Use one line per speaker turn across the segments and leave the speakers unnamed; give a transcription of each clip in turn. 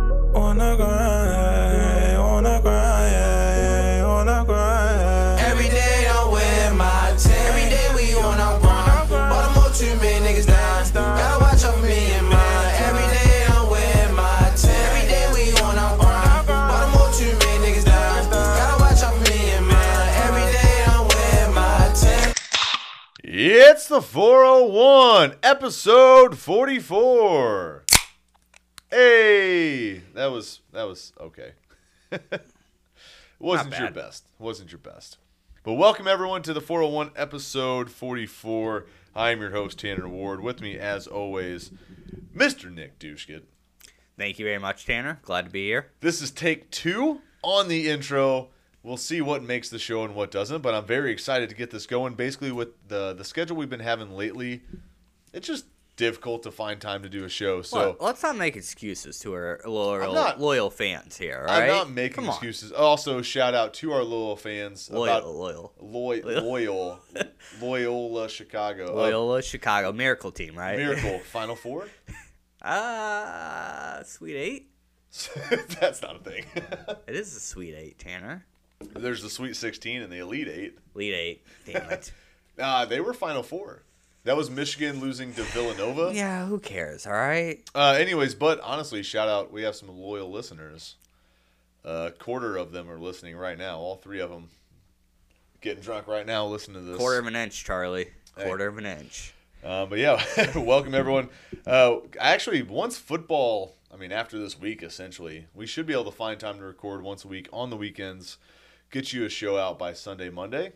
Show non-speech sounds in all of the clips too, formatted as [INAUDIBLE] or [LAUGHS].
the grind, on the grind, on the grind.
Every day I'm wearing my ten. Every day we on our grind. Baltimore too many niggas down. Gotta watch out for me and mine. Every day I'm wearing my ten. Every day we on our grind. Baltimore too many niggas down. Gotta watch out for me and mine. Every day I'm wearing my ten.
It's the 401, episode 44. Hey, that was that was okay. [LAUGHS] Wasn't your
bad.
best. Wasn't your best. But welcome everyone to the 401 episode 44. I am your host Tanner Ward. With me as always, Mr. Nick Dushkin.
Thank you very much, Tanner. Glad to be here.
This is take 2 on the intro. We'll see what makes the show and what doesn't, but I'm very excited to get this going. Basically with the the schedule we've been having lately, it's just difficult to find time to do a show. So
Look, let's not make excuses to our loyal,
I'm not-
loyal fans here, all
I'm
right?
not making
Come on.
excuses. Also, shout out to our loyal fans
Loyal, loyal. [LAUGHS]
about Loy- loyal Loyola Chicago. Uh,
Loyola Chicago Miracle Team, right?
Miracle Final Four.
[LAUGHS]
[LAUGHS]
Ah, Sweet Eight.
That's not a thing. [LAUGHS]
It is a Sweet Eight, Tanner.
There's the Sweet 16 and the Elite Eight.
Lead Eight. Damn
[LAUGHS]
it.
Uh, they were Final Four. That was Michigan losing to Villanova.
yeah, who cares? All right.
Uh, anyways, but honestly, shout out. We have some loyal listeners. A quarter of them are listening right now. All three of them getting drunk right now, listening to this.
Quarter of an inch, Charlie. Quarter of an inch.
Uh, but yeah, [LAUGHS] welcome everyone. Uh, actually, once football, I mean, after this week, essentially, we should be able to find time to record once a week on the weekends, get you a show out by Sunday, Monday.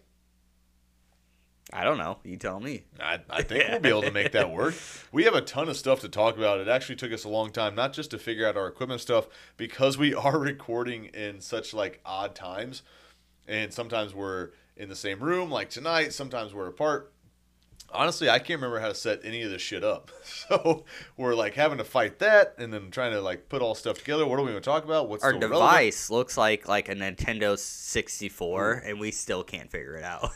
I don't know. You tell me.
I, I think we'll be able to make that work. We have a ton of stuff to talk about. It actually took us a long time, not just to figure out our equipment stuff, because we [LAUGHS] are recording in such like odd times, and sometimes we're in the same room, like tonight. Sometimes we're apart. Honestly, I can't remember how to set any of this shit up. [LAUGHS] So we're like having to fight that, and then trying to like put all stuff together. What are we going to talk about? What's
Our
still relevant?
device looks like like a Nintendo 64, and we still can't figure it
[LAUGHS]
out.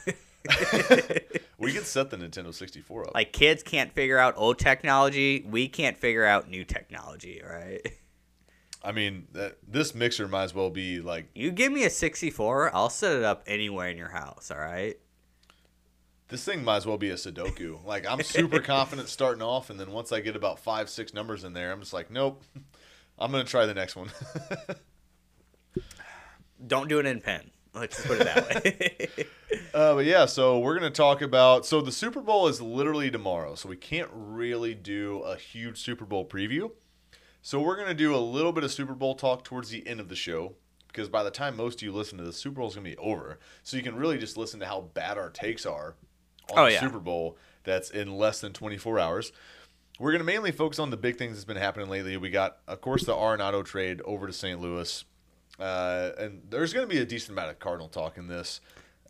We can set the Nintendo sixty four up.
like kids can't figure out old technology we can't figure out new technology right
I mean, that, this mixer might as well be like
[LAUGHS] you give me a 64 i'll set it up anywhere in your house all right
This thing might as well be a Sudoku. Like I'm super confident starting off, and then once I get about five, six numbers in there, I'm just like, nope. [LAUGHS] I'm gonna try the next one. [LAUGHS]
don't do it in pen let's just put it that way [LAUGHS]
uh, but yeah, so we're gonna talk about. So the Super Bowl is literally tomorrow, so we can't really do a huge Super Bowl preview. So we're gonna do a little bit of Super Bowl talk towards the end of the show because by the time most of you listen to this, Super Bowl is gonna be over. So you can really just listen to how bad our takes are on
Oh,
the
yeah.
Super Bowl. That's in less than 24 hours. We're going to mainly focus on the big things that's been happening lately. We got, of course, the Arenado trade over to St. Louis. Uh, and there's going to be a decent amount of Cardinal talk in this.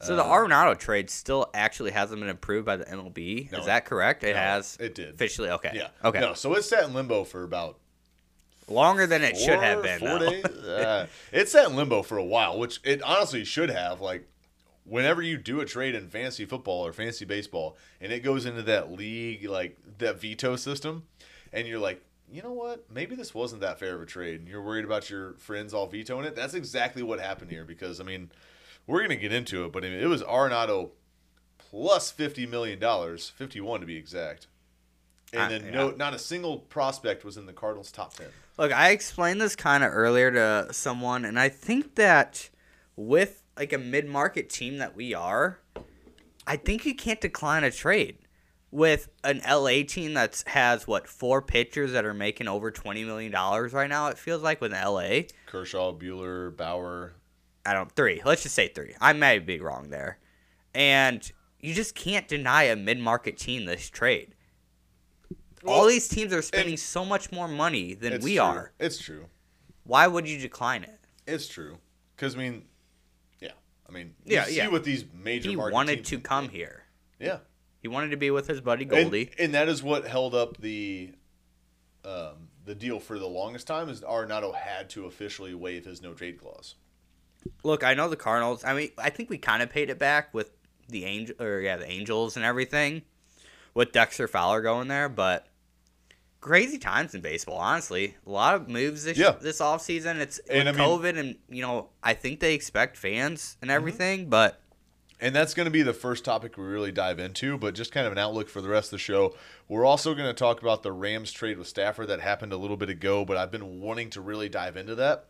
so the
Uh.
Arenado trade still actually hasn't been approved by the MLB.
No,
Is that correct? It has
it did.
officially. Okay.
Yeah.
Okay.
No, so it's sat in limbo for about
Longer than it should have
four-
been.
Four
though. [LAUGHS]
days. Uh, it sat in limbo for a while, which it honestly should have. Like, whenever you do a trade in fantasy football or fantasy baseball, and it goes into that league, like that veto system, and you're like, you know what? Maybe this wasn't that fair of a trade, and you're worried about your friends all vetoing it. That's exactly what happened here. Because I mean, we're gonna get into it, but I mean, it was Arenado plus fifty million dollars, fifty one to be exact.
Uh,
And then
yeah.
no, not a single prospect was in the Cardinals' top ten.
Look, I explained this kind of earlier to someone, and I think that with like a mid market team that we are, I think you can't decline a trade. With an LA team that has what four pitchers that are making over twenty million dollars right now, it feels like with LA,
Kershaw, Bueller, Bauer.
I don't three. Let's just say three. I may be wrong there, and you just can't deny a mid market team this trade. All
Well,
these teams are spending so much more money than we
true.
are.
It's true.
Why would you decline it?
It's true. Because I mean, yeah. I mean,
Yeah,
yeah, see
yeah.
what these major
he
market
wanted
teams-
to come here.
yeah.
He wanted to be with his buddy
And-
Goldie.
and, that is what held up the um, the deal for the longest time is Arenado had to officially waive his no trade clause.
Look, I know the Cardinals. I mean, I think we kind of paid it back with the angel or yeah, the Angels and everything with Dexter Fowler going there, but crazy times in baseball. Honestly, a lot of moves this
Yeah.
this off season. It's
And
with
I mean- Mm-hmm.
COVID, and you know, I think they expect fans and everything, but
And that's going to be the first topic we really dive into, but just kind of an outlook for the rest of the show. We're also going to talk about the Rams trade with Stafford that happened a little bit ago, but I've been wanting to really dive into that.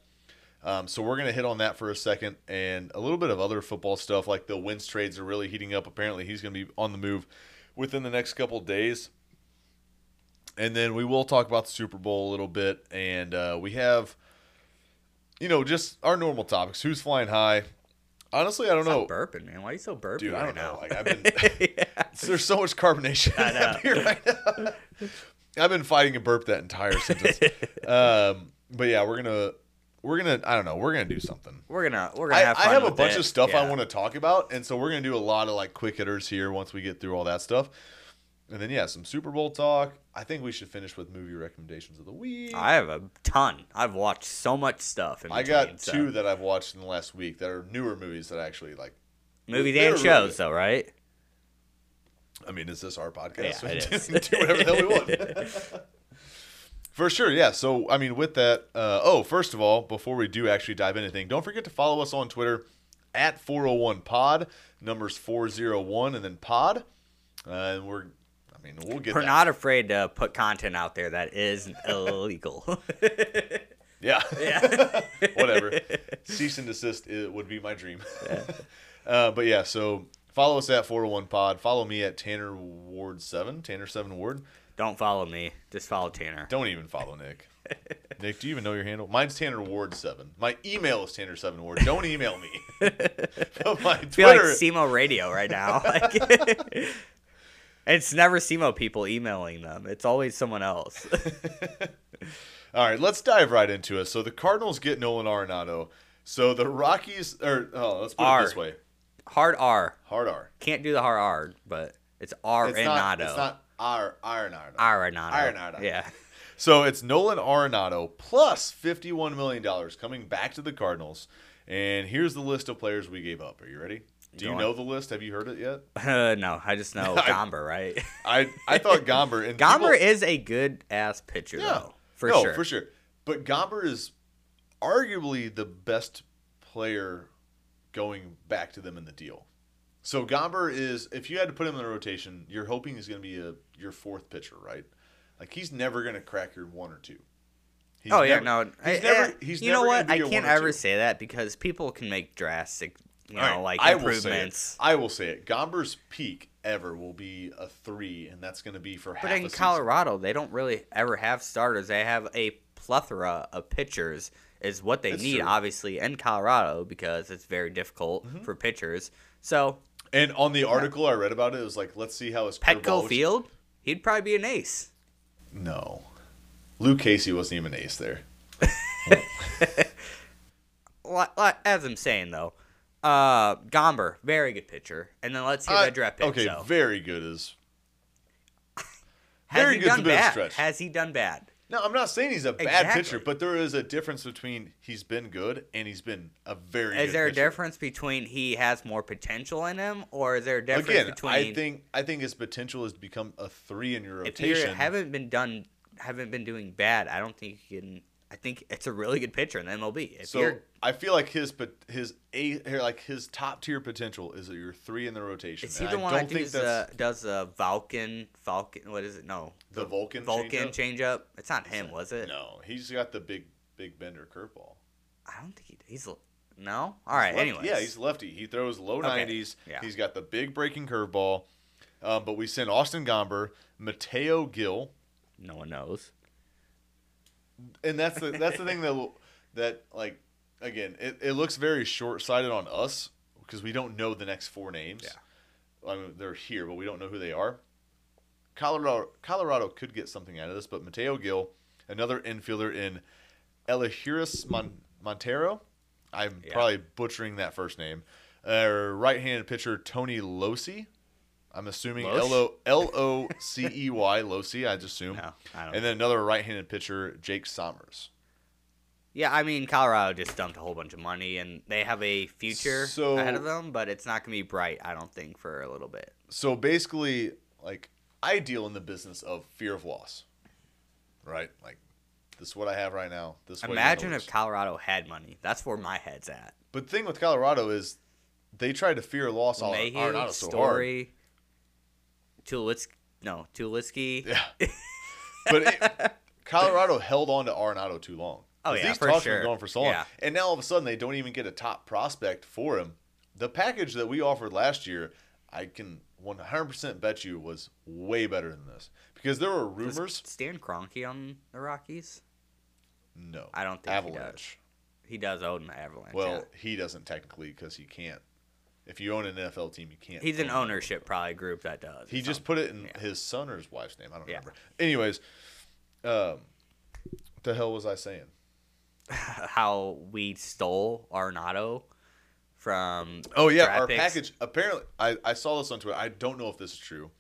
Um, so we're going to hit on that for a second and a little bit of other football stuff, like the Wentz trades are really heating up. Apparently, he's going to be on the move within the next couple of days. And then we will talk about the Super Bowl a little bit, and uh, we have, you know, just our normal topics. Who's flying high? Honestly, I don't know.
Stop burping, man. Why are you so burpy
Dude, I
right
don't know.
now? [LAUGHS]
Like, I've been-
Yeah.
There's so much carbonation in that beer right now. I've been fighting a burp that
[LAUGHS]
entire sentence. um, but yeah, we're gonna we're gonna I don't know we're gonna do something.
We're gonna we're gonna
I,
have
I
fun
have a
with
bunch
it.
of stuff I
Yeah.
want to talk about, and so we're gonna do a lot of like quick hitters here once we get through all that stuff. And then yeah, some Super Bowl talk. I think we should finish with movie recommendations of the week.
I have a ton. I've watched so much stuff. In
I
between,
got
so.
two that I've watched in the last week that are newer movies that I actually like.
movies
they're
and
really
shows,
good.
though, right?
I mean, is this our podcast?
Yeah, it is.
[LAUGHS] do whatever the hell we want.
[LAUGHS]
For sure, yeah. So, I mean, with that, uh, oh, first of all, before we do actually dive into anything, don't forget to follow us on Twitter at 401pod, numbers 401 and then pod. Uh, and we're, I mean, we'll get
We're
that.
not afraid to put content out there that is illegal. [LAUGHS]
Yeah.
Yeah.
[LAUGHS]
[LAUGHS]
Whatever. Cease and desist it would be my dream. [LAUGHS] uh, but yeah, so follow us at 401 pod. Follow me at Tanner Ward 7, Tanner 7 Ward.
Don't follow me. Just follow Tanner.
Don't even follow Nick. Nick, do you even know your handle? Mine's Tanner Ward seven. My email is Tanner seven Ward. Don't email
[LAUGHS]
me. but my
I feel like
Twitter.
SEMO Radio right
[LAUGHS]
now. Like, [LAUGHS] it's never SEMO people emailing them. It's always someone else. [LAUGHS]
All right, let's dive right into it. So the Cardinals get Nolan Arenado. So the Rockies, or oh, let's put it this
R.
way:
Hard R.
hard R.
Can't do the hard R, but it's R
It's
and
not.
Nado.
It's not R Arenado.
Arenado.
Arenado.
Yeah. [LAUGHS]
So it's Nolan Arenado plus fifty-one million dollars coming back to the Cardinals. And here's the list of players we gave up. Are you ready? Do
Go
you
on.
know the list? Have you heard it yet?
Uh, no, I just know
[LAUGHS] I-
Gomber, right?
I
[LAUGHS]
I thought Gomber and
Gomber
people-
is a good ass pitcher, though. For
no,
sure.
for sure. But Gomber is arguably the best player going back to them in the deal. So Gomber is, if you had to put him in the rotation, you're hoping he's going to be a your fourth pitcher, right? Like he's never going to crack your one or two. He's
oh yeah,
never-
no. I-
he's
I-
never- he's
you know
never gonna
what?
be
I
your
can't
one or
ever
two.
say that because people can make drastic, you know,
All right,
like
I will say it.
improvements.
I will say it. Gomber's peak ever will be a three, and that's going to be for half
But
a
in
season.
Colorado, they don't really ever have starters. They have a plethora of pitchers, is what they
That's
need,
true.
obviously, in Colorado because it's very difficult for pitchers. So
And on the article I read about it, it was like, let's see how his curveball,
Petco
which-
Field, he'd probably be an ace.
No. Luke Casey wasn't even an ace there.
Li- li- As I'm saying though, uh, Gomber, very good pitcher, and then let's hear
I-
the draft pick.
okay,
so.
very good is.
has
very
he
good's a
done
bit of a
bad?
stretch.
Has he done bad?
No, I'm not saying he's a bad
Exactly.
pitcher, but there is a difference between he's been good and he's been a very.
Is
good
there a
pitcher.
difference between he has more potential in him, or is there a difference
Again,
between
I think I think his potential is to become a three in your
if you
rotation.
haven't been done, haven't been doing bad? I don't think you can. I think it's a really good pitcher in the MLB. If
so
you're
I feel like his pot- his a here, like his top tier potential is that you're three in the rotation.
is he
and
the
I
one
don't
that
think
does
that's
the does the Falcon Falcon? What is it? No,
the Vulcan.
Vulcan
changeup?
changeup. It's not him, was it?
No, he's got the big big bender curveball.
I don't think he, he's l- no. All right.
Left-
Anyways,
yeah, he's lefty. He throws low
Okay,
nineties.
yeah.
He's got the big breaking curveball. Um, but we sent Austin Gomber, Mateo Gill,
no one knows.
and that's the that's the thing that that like again it, it looks very short sighted on us because we don't know the next four names. Yeah, I mean they're here, but we don't know who they are. Colorado Colorado could get something out of this, but Mateo Gill, another infielder in Elihuris Mon- Montero. I'm
Yeah.
probably butchering that first name. Uh, right-handed pitcher Tony Losi. I'm assuming
Loesch?
L O L O C E Y Losi. I just assume.
No, I don't.
And then another right-handed pitcher Jake Sommers.
Yeah, I mean Colorado just dumped a whole bunch of money, and they have a future
So-
ahead of them, but it's not gonna be bright, I don't think, for a little bit.
So basically, like I deal in the business of fear of loss. right? Like, this is what I have right now. This way I'm gonna
Imagine
lose.
if Colorado had money. That's where my head's at.
But the thing with Colorado is they tried to fear loss all
Mayhew,
Arenado so hard.
Story, Tulitsky. No, Tulitsky.
Yeah.
[LAUGHS]
but it, Colorado held on to Arenado too long.
Oh,
'Cause
yeah,
these
for
talks
sure.
were going for so long,
Yeah.
and now all of a sudden they don't even get a top prospect for him. The package that we offered last year, I can 100% bet you was way better than this because there were
Was
rumors.
Stan Kroenke on the Rockies?
No,
I don't think he
Avalanche.
He does own the Avalanche.
Well,
yeah.
he doesn't technically because he can't. If you own an NFL team, you can't.
he's an
own it.
ownership probably group that does.
He
or
just
something.
put it in
Yeah.
his son or his wife's name. I don't
Yeah.
remember. Anyways, um, what the hell was I saying?
[LAUGHS] how we stole Arnado from.
Oh yeah,
draft
our
picks.
package. Apparently, I, I saw this on Twitter. I don't know if this is true,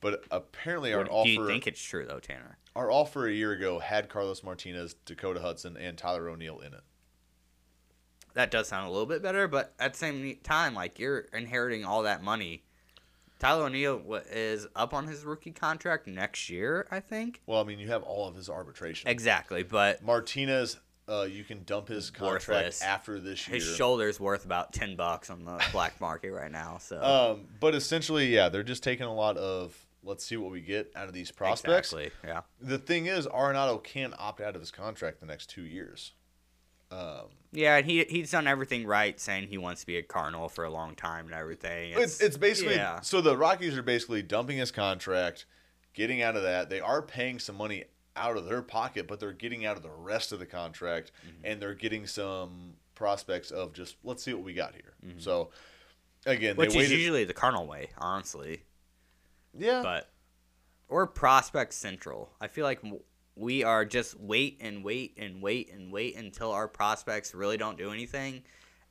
but apparently our
Do you
offer
think it's true though, Tanner?
our offer a year ago had Carlos Martinez, Dakota Hudson, and Tyler O'Neill in it.
That does sound a little bit better, but at the same time, like you're inheriting all that money. Tyler O'Neill wa- is up on his rookie contract next year, I think.
Well, I mean, you have all of his arbitration.
Exactly, but
Martinez, uh, you can dump his contract
Worthless.
after this year.
his shoulder's worth about ten bucks on the [LAUGHS] black market right now. So
um, but essentially, yeah, they're just taking a lot of let's see what we get out of these prospects.
exactly, yeah.
The thing is, Arenado can opt out of his contract the next two years. Um,
Yeah, and he he's done everything right, saying he wants to be a Cardinal for a long time and everything.
It's, it's basically
yeah.
so the Rockies are basically dumping his contract, getting out of that. They are paying some money out of their pocket, but they're getting out of the rest of the contract,
Mm-hmm.
and they're getting some prospects of just let's see what we got here. So again,
Mm-hmm. which
they
is
waited.
usually the Cardinal way, honestly.
yeah,
But or prospect central. I feel like w- we are just wait and wait and wait and wait until our prospects really don't do anything,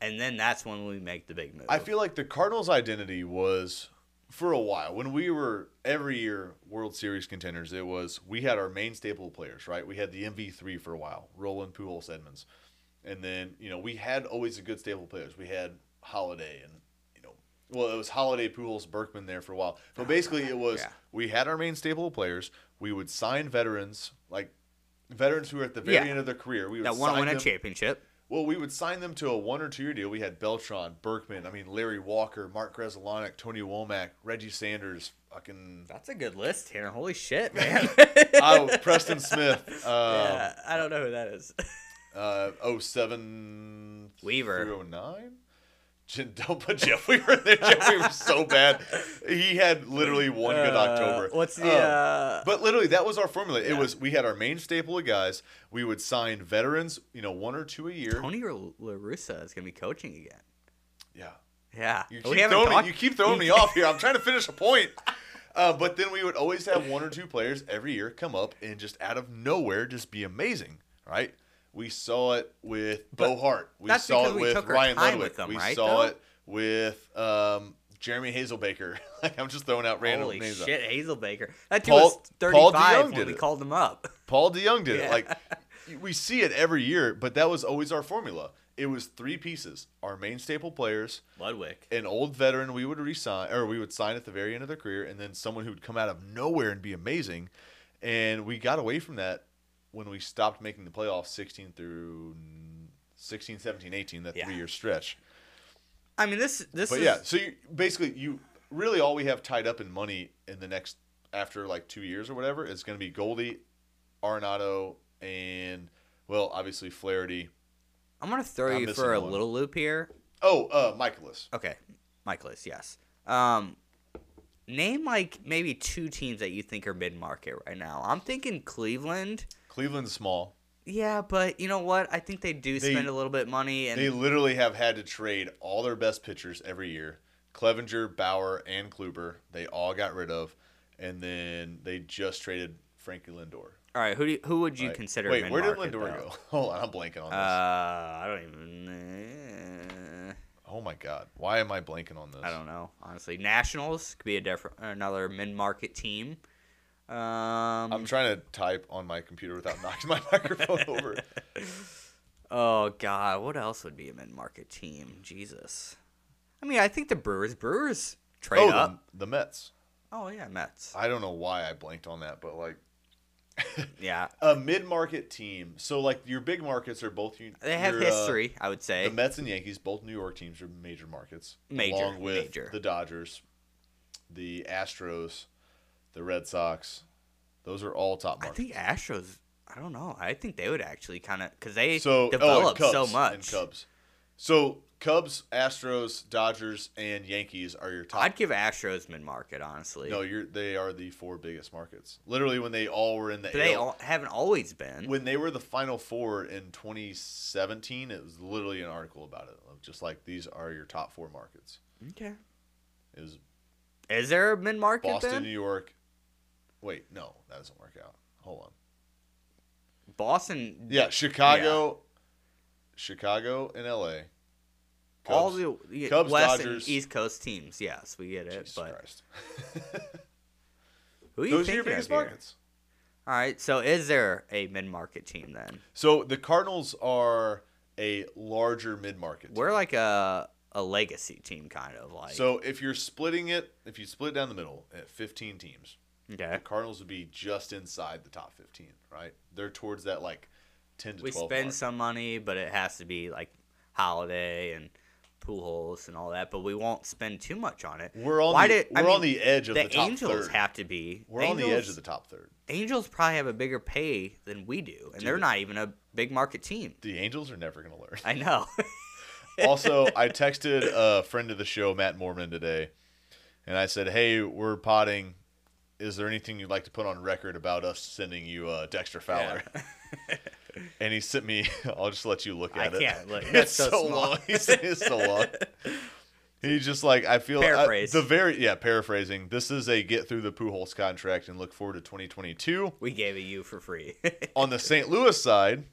and then that's when we make the big move.
I feel like the Cardinals' identity was for a while when we were every year World Series contenders. It was we had our main staple players, right? We had the MV three for a while, Roland Pujols, Edmonds, and then you know we had always a good staple players. We had Holiday and you know, well it was Holiday, Pujols, Berkman there for a while,
[LAUGHS]
but basically it was
Yeah.
we had our main staple players. We would sign veterans like. Veterans who were at the very
Yeah.
end of their career, we would
that want to
sign
win a
them-
championship.
well, we would sign them to a one or two year deal. We had Beltron, Berkman, I mean Larry Walker, Mark Grezelonic, Tony Womack, Reggie Sanders,
[LAUGHS]
fucking
That's a good list, Tanner. Holy shit, man!
[LAUGHS] oh, Preston Smith, uh,
[LAUGHS] yeah, I don't know who that is.
uh, 07
Weaver.
309? Je- oh [LAUGHS] Don't put Jeff Weaver in there. Jeff Weaver was so bad. He had literally one good
Uh,
October.
What's the?
Um,
uh,
But literally, that was our formula.
Yeah.
It was we had our main staple of guys. We would sign veterans, you know, one or two a year.
Tony Larusa is gonna be coaching again.
Yeah,
Yeah,
You
We
keep,
haven't
throwing,
talked-
you keep throwing me [LAUGHS] off here. I'm trying to finish a point. Uh, but then we would always have one or two players every year come up and just out of nowhere just be amazing, right? We saw it with Bo Hart. We
that's
saw
because
it
we
with
took our
Ryan
time
Ludwig.
with them,
we
right,
saw
though?
it with um, Jeremy Hazelbaker. [LAUGHS] like I'm just throwing out random
Holy
names. out.
shit, Hazelbaker. That dude
Paul-
was 35
Paul DeYoung
when
did
we
it.
called him up.
Paul DeYoung did
Yeah.
it.
[LAUGHS]
Like we see it every year, but that was always our formula. It was three pieces: our main staple players,
Ludwig.
an old veteran we would resign or we would sign at the very end of their career and then someone who would come out of nowhere and be amazing and we got away from that when we stopped making the playoffs 16 through 16 17 18 that
Yeah.
three year stretch
I mean, this this
but
is
yeah so you, basically you really all we have tied up in money in the next after like two years or whatever is going to be goldie Arenado, and well obviously flaherty
I'm gonna throw
I'm
you
missing
for a
one.
little loop here.
oh uh michaelis
Okay, Michaelis, yes. Um, name like maybe two teams that you think are mid market right now. I'm thinking Cleveland.
cleveland's small
Yeah, but you know what? I think they do
They-
spend a little bit money, and
They literally have had to trade all their best pitchers every year. Clevenger, Bauer, and Kluber, they all got rid of, and then they just traded Frankie Lindor.
all right, who do you, who would you
Like,
consider?
Wait, where did
mid-market,
Lindor
though?
go? [LAUGHS] Hold on, I'm blanking on this.
Uh, I don't even. eh,
oh my god, why am I blanking on this?
I don't know, honestly. Nationals could be a different another mid market team. Um,
I'm trying to type on my computer without [LAUGHS]
[LAUGHS]
knocking my microphone over.
oh God, what else would be a mid market team? Jesus, I mean, I think the Brewers, Brewers trade
Oh,
up.
the, the Mets.
Oh yeah, Mets.
I don't know why I blanked on that, but like,
Yeah.
A mid-market team. So like your big markets are both you.
They have
your, uh,
history, I would say.
the Mets and Yankees, both New York teams, are major markets.
Major,
along with
major.
the Dodgers, the Astros, the Red Sox. Those are all top
I
markets.
think Astros. I don't know. I think they would actually kind of because they
so oh, and
developed
Cubs,
so much.
And Cubs. So Cubs, Astros, Dodgers, and Yankees are your top.
I'd give Astros mid market honestly.
no, you're they are the four biggest markets. Literally, when they all were in the
but they
AL
all, haven't always been.
when they were the final four in 2017 it was literally an article about it of just like these are your top four markets
okay.
it was
Is there a mid market
boston
then?
new york wait no that doesn't work out hold on
Boston.
yeah chicago chicago and la
All
Cubs.
the yeah,
Cubs,
West
Dodgers.
and East Coast teams. Yes, we get it.
Jesus
but
Christ.
who are you
those are your
thinking of
biggest
here?
markets
All right. So is there a mid market team then?
so the cardinals are a larger mid-market
We're like a a legacy team kind of like.
so if you're splitting it if you split it down the middle at 15 teams
okay.
the Cardinals would be just inside the top 15, right? They're towards that like 10 to
we
12.
spend
mark.
some money, but it has to be like Holiday and Pujols and all that. But we won't spend too much on it.
We're on
Why
the,
did- I
we're on
mean,
the edge of the, top
Angels
third.
have to be.
we're on the edge of the top third.
Angels probably have a bigger pay than we do, and they're
Dude.
not even a big market team.
The Angels are never going to learn. [LAUGHS]
I know. [LAUGHS]
also, I texted a friend of the show, Matt Mormon, today, and I said, "Hey, we're potting. Is there anything you'd like to put on record about us sending you uh,
[LAUGHS]
Dexter Fowler?" and he sent me. [LAUGHS] I'll just let you look
I
at it.
can't
[LAUGHS]
look.
It's
That's so small.
long. He sent me
[LAUGHS]
so long. He just like I feel I-
Paraphrase.
the very yeah paraphrasing. This is a get through the Pujols contract and look forward to 2022
we gave it you for free. [LAUGHS]
on the St. Louis side,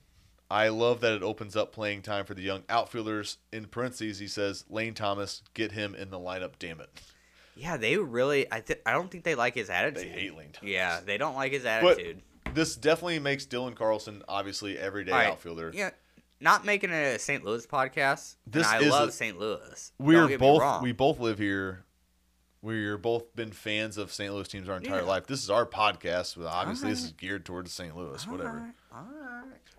I love that it opens up playing time for the young outfielders. In parentheses, he says, Lane Thomas, get him in the lineup, damn it.
yeah, they really. I th- I don't think they like his attitude.
They hate Lane Thomas.
Yeah, they don't like his
But
attitude.
this definitely makes Dylan Carlson, obviously, everyday
All right,
outfielder.
Yeah, not making it a St. Louis podcast. This
This
I
is
love
a-
St. Louis. Don't
We're
get me
both
wrong.
we both live here. We're both been fans of St. Louis teams our entire
Yeah.
life. This is our podcast. But obviously, this is geared towards St. Louis. whatever.
All right.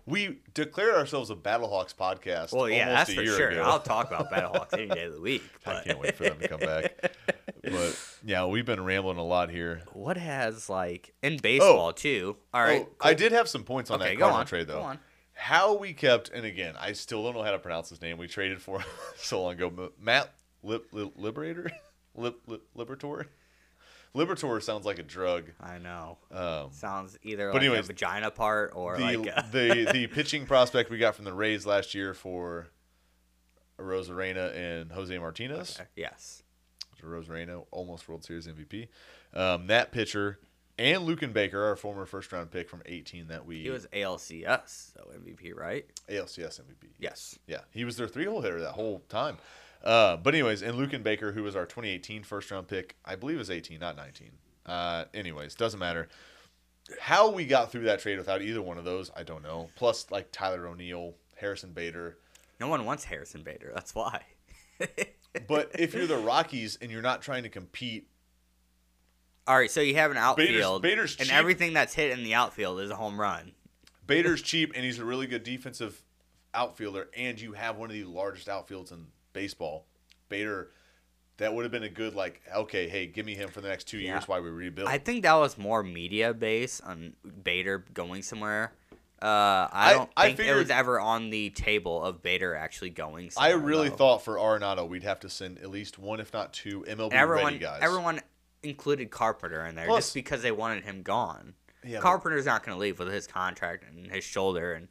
We declared ourselves a Battlehawks podcast.
Well, yeah,
almost
that's
a
for
year
sure.
ago.
I'll talk
[LAUGHS]
about Battlehawks any day of the week.
I
But
can't wait for them to come back. But yeah, we've been rambling a lot here.
[LAUGHS] what has like in baseball too? All right,
Oh, I did have some points on
Okay,
that
go
Cardinal
on,
trade
go
though.
on.
How we kept, and again, I still don't know how to pronounce his name. We traded for [LAUGHS] him so long ago. M- Matt Lip, Lip, Liberator, [LAUGHS] Lip, Lip, Liberator. Liberator sounds like a drug.
I know.
Um,
Sounds either
but
like
anyways,
a vagina part or
the,
like a,
[LAUGHS] the the pitching prospect we got from the Rays last year for Rosarena and Jose Martinez.
[LAUGHS] yes.
Rosarena, almost World Series MVP. Um, that pitcher and Lucan Baker, our former first round pick from 18 that we
He was ALCS, so MVP, right?
ALCS MVP.
Yes.
Yeah, he was their three hole hitter that whole time. Uh, but anyways, and Lucan Baker, who was our 2018 first round pick, I believe is 18, not 19. Uh, anyways, doesn't matter. How we got through that trade without either one of those, I don't know. Plus, like Tyler O'Neill, Harrison Bader.
No one wants Harrison Bader. That's why.
But if you're the Rockies and you're not trying to compete,
All right, so you have an outfield,
Bader's
and
cheap.
everything that's hit in the outfield is a home run.
Bader's cheap and he's a really good defensive outfielder, and you have one of the largest outfields in baseball. Bader, that would have been a good like, okay, hey, give me him for the next two
Yeah.
years while we rebuild.
I think that was more media based on Bader going somewhere. Uh, I
I-
don't
I
think it was
figured-
ever on the table of Bader actually going.
I
Somewhere,
really
though.
thought for Arenado we'd have to send at least one, if not two, MLB
everyone,
ready guys.
everyone included Carpenter in there
Plus-
just because they wanted him gone.
Yeah, but-
Carpenter's not going to leave with his contract and his shoulder, and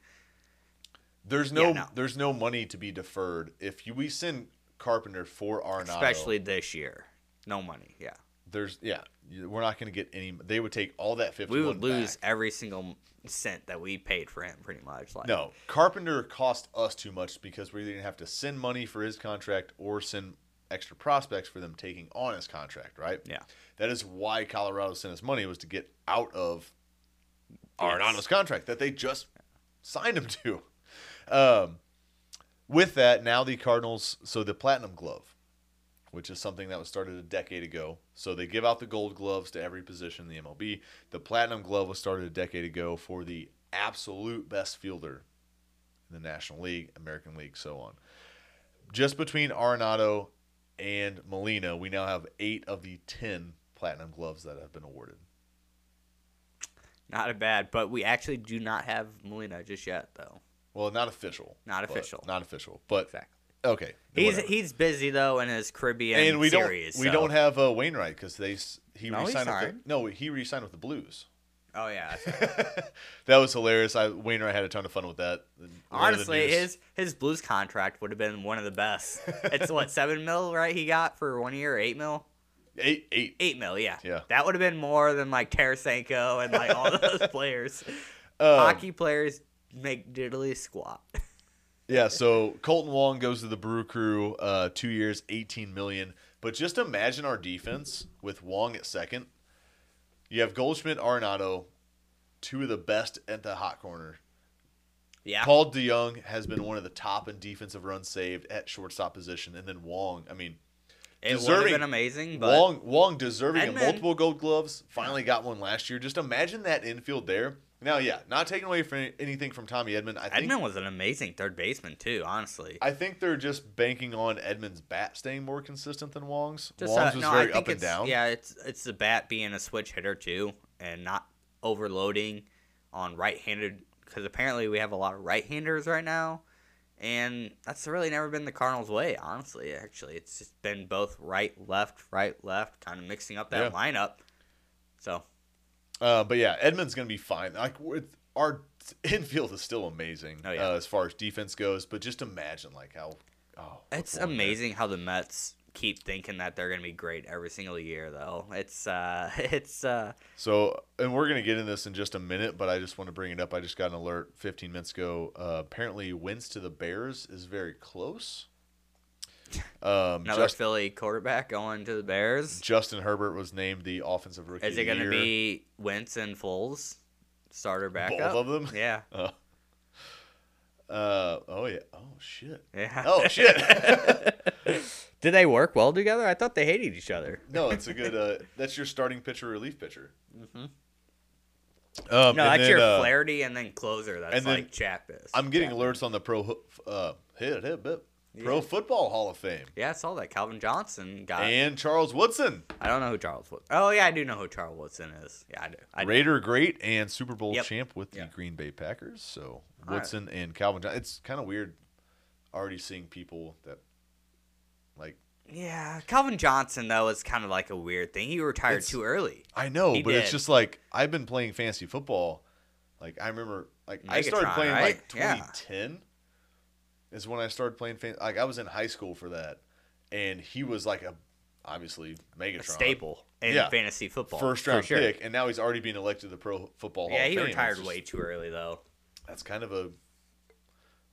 there's no,
Yeah, no.
there's no money to be deferred if you, we send Carpenter for Arenado.
especially this year, no money. Yeah,
there's yeah, we're not going to get any. They would take all that fifty.
we would lose every single cent that we paid for him, pretty much. Like
No, Carpenter cost us too much because we either didn't have to send money for his contract or send extra prospects for them taking on his contract, right?
Yeah.
That is why Colorado sent us money was to get out of
Yes.
Arenado's contract that they just signed him to. Um, with that, now the Cardinals, so the Platinum Glove which is something that was started a decade ago. So they give out the gold gloves to every position in the MLB. The platinum glove was started a decade ago for the absolute best fielder in the National League, American League, so on. Just between Arenado and Molina, we now have eight of the 10 platinum gloves that have been awarded.
Not a bad, but we actually do not have Molina just yet, though.
Well, not official.
Not
but-
official.
Not official. But
Exactly.
okay.
He's
whatever.
he's busy though in his Caribbean
and we
series.
don't we don't have uh, Wainwright because they s- he
No, he
resigned. With the,
signed.
no, he resigned with the Blues.
Oh
[LAUGHS]
yeah. that's right.
that was hilarious. I Wainwright had a ton of fun with that. One of the
Honestly,
news-
his his Blues contract would have been one of the best. It's
[LAUGHS]
what seven mil, right? He got for one year, eight mil,
eight eight.
eight mil. Yeah.
Yeah.
That would have been more than like Tarasenko and like
[LAUGHS]
all those players.
Um,
Hockey players make diddly squat. [LAUGHS]
Yeah, so Colton Wong goes to the Brew Crew, uh, two years, eighteen million. But just imagine our defense with Wong at second. You have Goldschmidt, Arenado, two of the best at the hot corner.
Yeah.
Paul DeYoung has been one of the top in defensive runs saved at shortstop position, and then Wong. I mean,
it would have
deserving-
been amazing, but
Wong Wong deserving of
Edmund-
multiple Gold Gloves finally got one last year. Just imagine that infield there. Now, yeah, not taking away from anything from Tommy Edmond. I think
Edmund was an amazing third baseman too. Honestly.
I think they're just banking on Edmund's bat staying more consistent than Wong's.
Just
Wong's
uh,
was
no, I
very
think
up and
it's,
down.
Yeah, it's it's the bat being a switch hitter too, and not overloading on right-handed because apparently we have a lot of right-handers right now, and that's really never been the Cardinals' way. Honestly, actually, it's just been both right, left, right, left, kind of mixing up that
Yeah.
lineup. So
Uh, but yeah, Edmund's gonna be fine. Like with our [LAUGHS] infield is still amazing
Oh, yeah.
uh, as far as defense goes. But just imagine like how. Oh, with
it's
Wong there.
amazing how the Mets keep thinking that they're gonna be great every single year, though. It's uh, [LAUGHS] it's uh,
So, and we're going to get in this in just a minute, but I just want to bring it up. I just got an alert 15 minutes ago. Uh, apparently, wins to the Bears is
[LAUGHS]
very close. Um,
another
Just-
Philly quarterback going to the Bears.
Justin Herbert was named the offensive rookie.
Is it going
going
to be Wentz and Foles starter backup?
both of them?
Yeah.
Uh, uh, oh yeah. Oh shit.
Yeah.
Oh shit.
[LAUGHS]
[LAUGHS]
Did they work well together? I thought they hated each other.
no, it's a good. Uh, that's your starting pitcher, relief pitcher. Mm-hmm. Um,
No,
and
that's
then,
your
uh,
Flaherty and then closer. That's
and then-
like Chapis.
I'm getting
Chapman.
alerts on the pro ho- f- uh, hit, hit, bit, pro football Hall of Fame.
Yeah, I saw that Calvin Johnson got.
and Charles Woodson,
I don't know who Charles Woodson. Oh yeah, I do know who Charles Woodson is. Yeah, I do. I do.
Raider great and Super Bowl
Yep.
champ with the
Yeah.
Green Bay Packers. So
right.
Woodson and Calvin Johnson. It's kind of weird already seeing people that like
Yeah, Calvin Johnson though is kind of like a weird thing. He retired
It's-
too early.
I know,
He
but it's
did.
just like I've been playing fantasy football. Like I remember, like I started
Megatron,
playing like
right? Yeah.
2010 is when I started playing fan. Like I was in high school for that, and he was like a obviously Megatron
A staple in
Yeah.
fantasy football.
first
for
round
sure.
pick, and now he's already being elected to the Pro Football Hall.
Yeah,
of
he
Fame. It's
retired
just-
way too early though.
That's kind of a.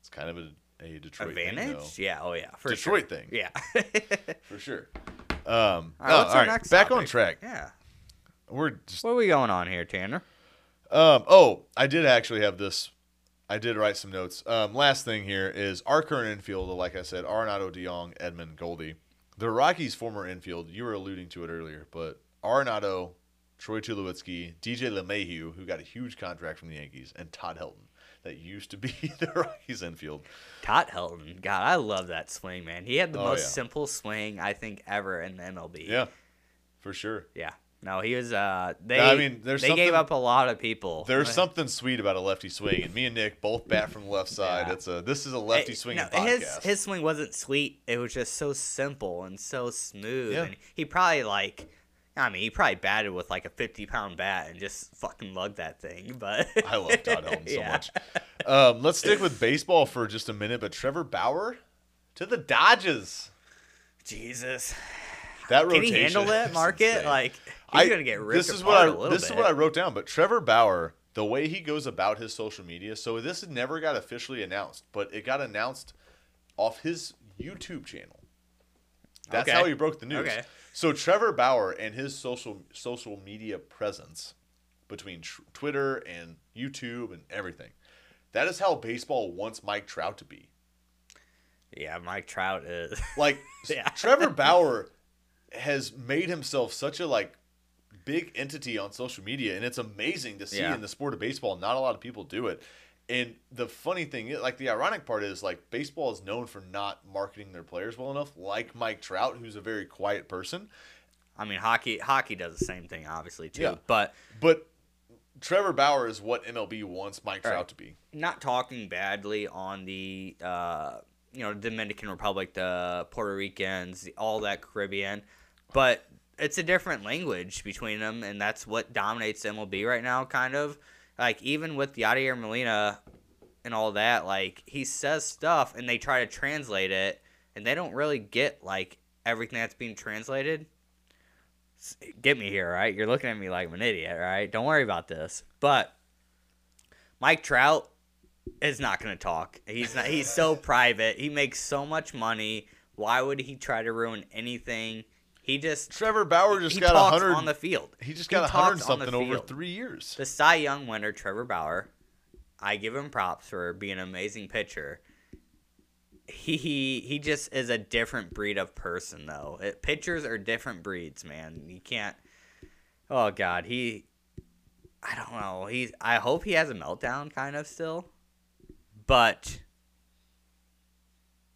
It's kind of a, a Detroit Thing,
Advantage?
though.
yeah. Oh yeah. For
Detroit
sure.
thing
Yeah. [LAUGHS]
for sure. Um,
All right,
oh,
what's
all
our
right,
next
back on
topic?
track.
Yeah.
We're just
What are we going on here, Tanner?
Um, oh, I did actually have this. I did write some notes. Um, last thing here is our current infield, like I said, Arenado, DeYoung, Edmund, Goldie. The Rockies' former infield, you were alluding to it earlier, but Arenado, Troy Tulowitzki, DJ LeMahieu, who got a huge contract from the Yankees, and Todd Helton, that used to be [LAUGHS] the Rockies' infield.
Todd Helton. God, I love that swing, man. He had the
Oh,
most
yeah.
simple swing I think ever in the MLB.
Yeah, for sure.
Yeah. No, he was. Uh, they.
I mean, there's
they gave
something-
up a lot of people.
There's something sweet about a lefty swing, and me and Nick both bat from the left side.
Yeah.
That's a this is a
It-
lefty swinging
no,
podcast.
his his swing wasn't sweet. It was just so simple and so smooth.
Yeah.
And he probably like. I mean, he probably batted with like a 50 pound bat and just fucking lugged that thing. [LAUGHS] But
[LAUGHS] I love Todd Helton
[LAUGHS]
so
Yeah.
much. Um, let's stick with baseball for just a minute, but Trevor Bauer to the Dodgers.
Jesus,
That
can
rotation.
he handle that
[LAUGHS] is
market?
insane.
Like he's
I-
gonna get ripped
This is what
apart
I
a little
this is
bit.
what I wrote down. But Trevor Bauer, the way he goes about his social media, so this never got officially announced, but it got announced off his YouTube channel. That's
Okay.
how he broke the news.
Okay.
So Trevor Bauer and his social social media presence between tr- Twitter and YouTube and everything. That is how baseball wants Mike Trout to be.
Yeah, Mike Trout is. [LAUGHS]
[LAUGHS] Like
Yeah.
Trevor Bauer has made himself such a like big entity on social media, and it's amazing to see
Yeah.
in the sport of baseball. Not a lot of people do it. And the funny thing, is, like the ironic part is, like baseball is known for not marketing their players well enough. Like Mike Trout, who's a very quiet person,
I mean, hockey hockey does the same thing, obviously too.
Yeah.
But
but Trevor Bauer is what MLB wants Mike Trout
Right.
to be.
not talking badly on the uh, you know Dominican Republic, the Puerto Ricans, the, all that Caribbean, but it's a different language between them, and that's what dominates MLB right now. Kind of like even with Yadier Molina and all that, like he says stuff and they try to translate it, and they don't really get like everything that's being translated. S- Get me here, right? You're looking at me like I'm an idiot, right? Don't worry about this, but. Mike Trout is not going to talk. He's not. He's
[LAUGHS]
so private. He makes so much money. Why would he try to ruin anything? He just
Trevor Bauer just
he
got
talks
hundred
on the field.
He just
He
got a hundred
talks on the
something over
field.
three years.
The Cy Young winner Trevor Bauer, I give him props for being an amazing pitcher. He, he he just is a different breed of person though. It, pitchers are different breeds, man. You can't. Oh God, he. I don't know. He's. I hope he has a meltdown, kind of still, but.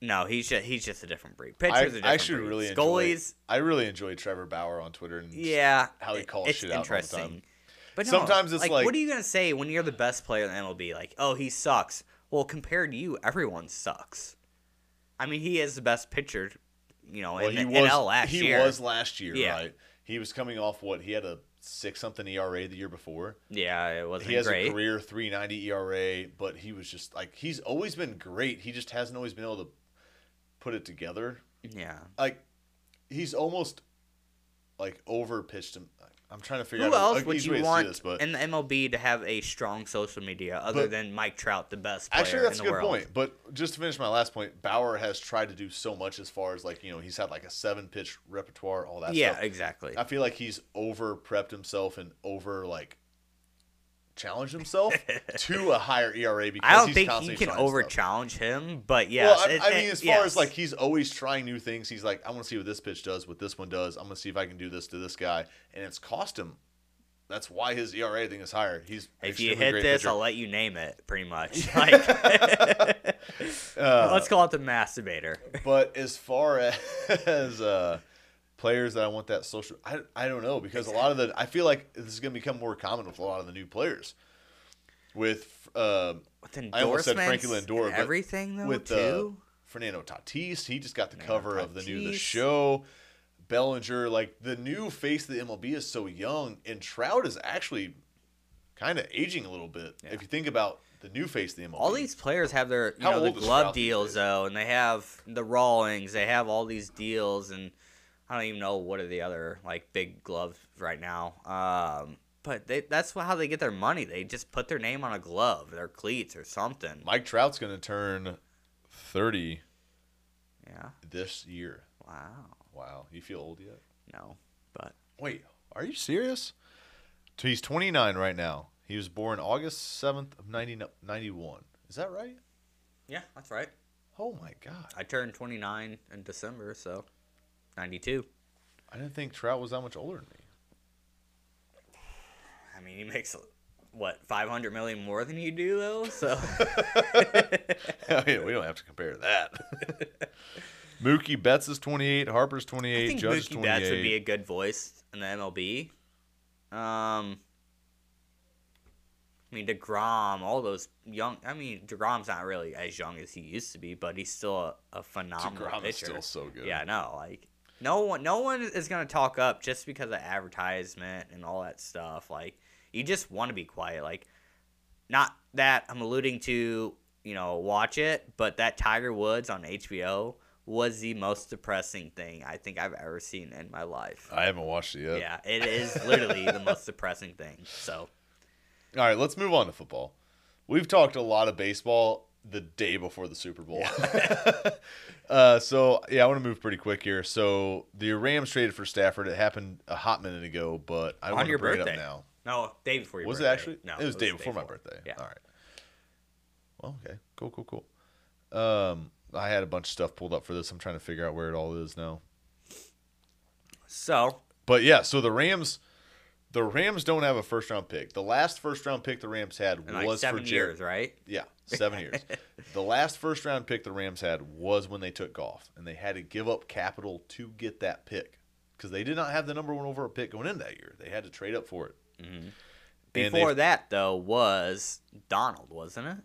No, he's just he's just a different breed. Pitchers
I,
are different.
I should
breeds.
really enjoy.
goalies.
I really enjoy Trevor Bauer on Twitter and
Yeah,
how he
it-
calls
it's
shit out all the
interesting.
time.
But no,
Sometimes it's like-
what are you gonna say when you're the best player in the MLB? Like, oh, he sucks. Well, compared to you, everyone sucks. I mean, he is the best pitcher, you know,
Well,
in
he
the
was
NL last
he
year.
was last year,
Yeah.
right? He was coming off what he had a six something ERA the year before.
yeah, it wasn't
He has
great.
a career three ninety ERA, but he was just like he's always been great. He just hasn't always been able to put it together.
Yeah.
Like he's almost like over pitched him. I'm trying to figure
Who
out
else
a,
would
easy
you
way
want
to see this, but
in the MLB to have a strong social media other
But-
than Mike Trout, the best player
Actually, that's
in
a good
the world?
point. But just to finish my last point, Bauer has tried to do so much as far as like you know he's had like a seven pitch repertoire, all that.
yeah,
stuff.
exactly.
I feel like he's over prepped himself and over like
[LAUGHS]
challenged himself to a higher ERA because
I don't
he's
think you
constantly
can
trying
over
stuff.
challenge him, but yes,
Well, I,
it-
I mean,
it-
as far
yes.
as like he's always trying new things, he's like, I want to see what this pitch does, what this one does. I'm going to see if I can do this to this guy, and it's cost him. That's why his ERA thing is higher. He's
If you
extremely
hit
great
this,
pitcher.
I'll let you name it. Pretty
[LAUGHS]
much. Like, [LAUGHS]
Uh,
let's call it the masturbator.
But as far [LAUGHS] as uh, players that I want that social, I, I don't know because a lot of the I feel like this is going to become more common with a lot of the new players. With um
With
I almost said Frankie
endorsements
Lindor,
and
but
everything though
with
too.
Uh, Fernando Tatis, he just got the cover of the new The
Tatis.
Show. Bellinger, like the new face of the MLB is so young, and Trout is actually kind of aging a little bit. If you think about the new face of the MLB,
all these players have their you
How
know the
old is
glove
Trout these
deals
days?
though, and they have the Rawlings, they have all these deals, and I don't even know what are the other like big gloves right now. Um, but they, that's wh- how they get their money. They just put their name on a glove, their cleats or something.
Mike Trout's going to turn thirty
Yeah.
this year.
Wow.
Wow, you feel old yet?
No, but
Wait, are you serious? So he's 29 right now. He was born August 7th of 90, 91. Is that right?
yeah, that's right.
Oh my god.
I turned 29 in December, so 92.
I didn't think Trout was that much older than me.
[LAUGHS]
[LAUGHS]
I mean, he makes what 500 million more than you do though. [LAUGHS] So
I mean, we don't have to compare that. [LAUGHS] Mookie Betts is 28, Harper's
I
28,
think
Judge is
Mookie
28.
Betts would be a good voice in the MLB. Um, I mean Degrom, all those young. I mean Degrom's not really as young as he used to be, but he's still a, a phenomenal
DeGrom is
pitcher.
still so good.
Yeah, no, like no one, no one is gonna talk up just because of advertisement and all that stuff. Like you just want to be quiet. Like not that I'm alluding to, you know, watch it, but that Tiger Woods on HBO was the most depressing thing I think I've ever seen in my life.
I haven't watched it yet.
Yeah, it is literally the most depressing thing. So
All right, let's move on to football. We've talked a lot of baseball the day before the Super Bowl. [LAUGHS] uh, so, yeah, I want to move pretty quick here. So, the Rams traded for Stafford. It happened a hot minute ago, but I want to
your
bring
birthday.
it up
no, day before
now.
your
Was it
birthday.
actually?
No,
it was day
the
before my birthday.
Yeah.
All right. Well, okay. Cool, cool, cool. Um, I had a bunch of stuff pulled up for this. I'm trying to figure out where it all is now.
So
But yeah, so the Rams, the Rams don't have a first round pick. The last first round pick the Rams had
in
was
like seven
for Jared.
years, right?
Yeah, seven years. The last first round pick the Rams had was when they took golf, and they had to give up capital to get that pick because they did not have the number one overall pick going in that year. They had to trade up for it. And
Before
they-
that though was Donald, wasn't it?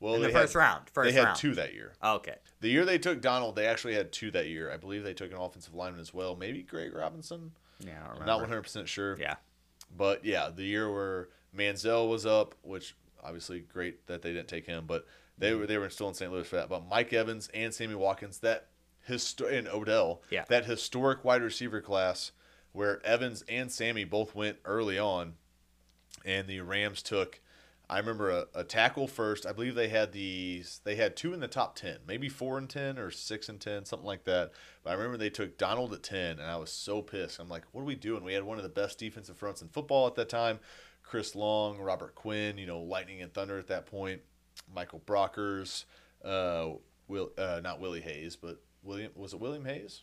Well,
in the
Oh, they
first
had,
round. First
they had
round.
two that year.
Okay.
The year they took Donald, they actually had two that year. I believe they took an offensive lineman as well, maybe Greg Robinson.
Yeah, I
I'm
remember.
not 100 percent sure.
Yeah.
But yeah, the year where Manziel was up, which obviously great that they didn't take him, but they were they were still in St. Louis for that. But Mike Evans and Sammy Watkins, that histo- and Odell,
Yeah.
that historic wide receiver class where Evans and Sammy both went early on, and the Rams took. I remember a, a tackle first. I believe they had these. They had two in the top ten, maybe four and ten or six and ten, something like that. But I remember they took Donald at ten, and I was so pissed. I'm like, "What are we doing?" We had one of the best defensive fronts in football at that time. Chris Long, Robert Quinn, you know, lightning and thunder at that point. Michael Brockers, uh, Will, uh, not Willie Hayes, but William was it William Hayes?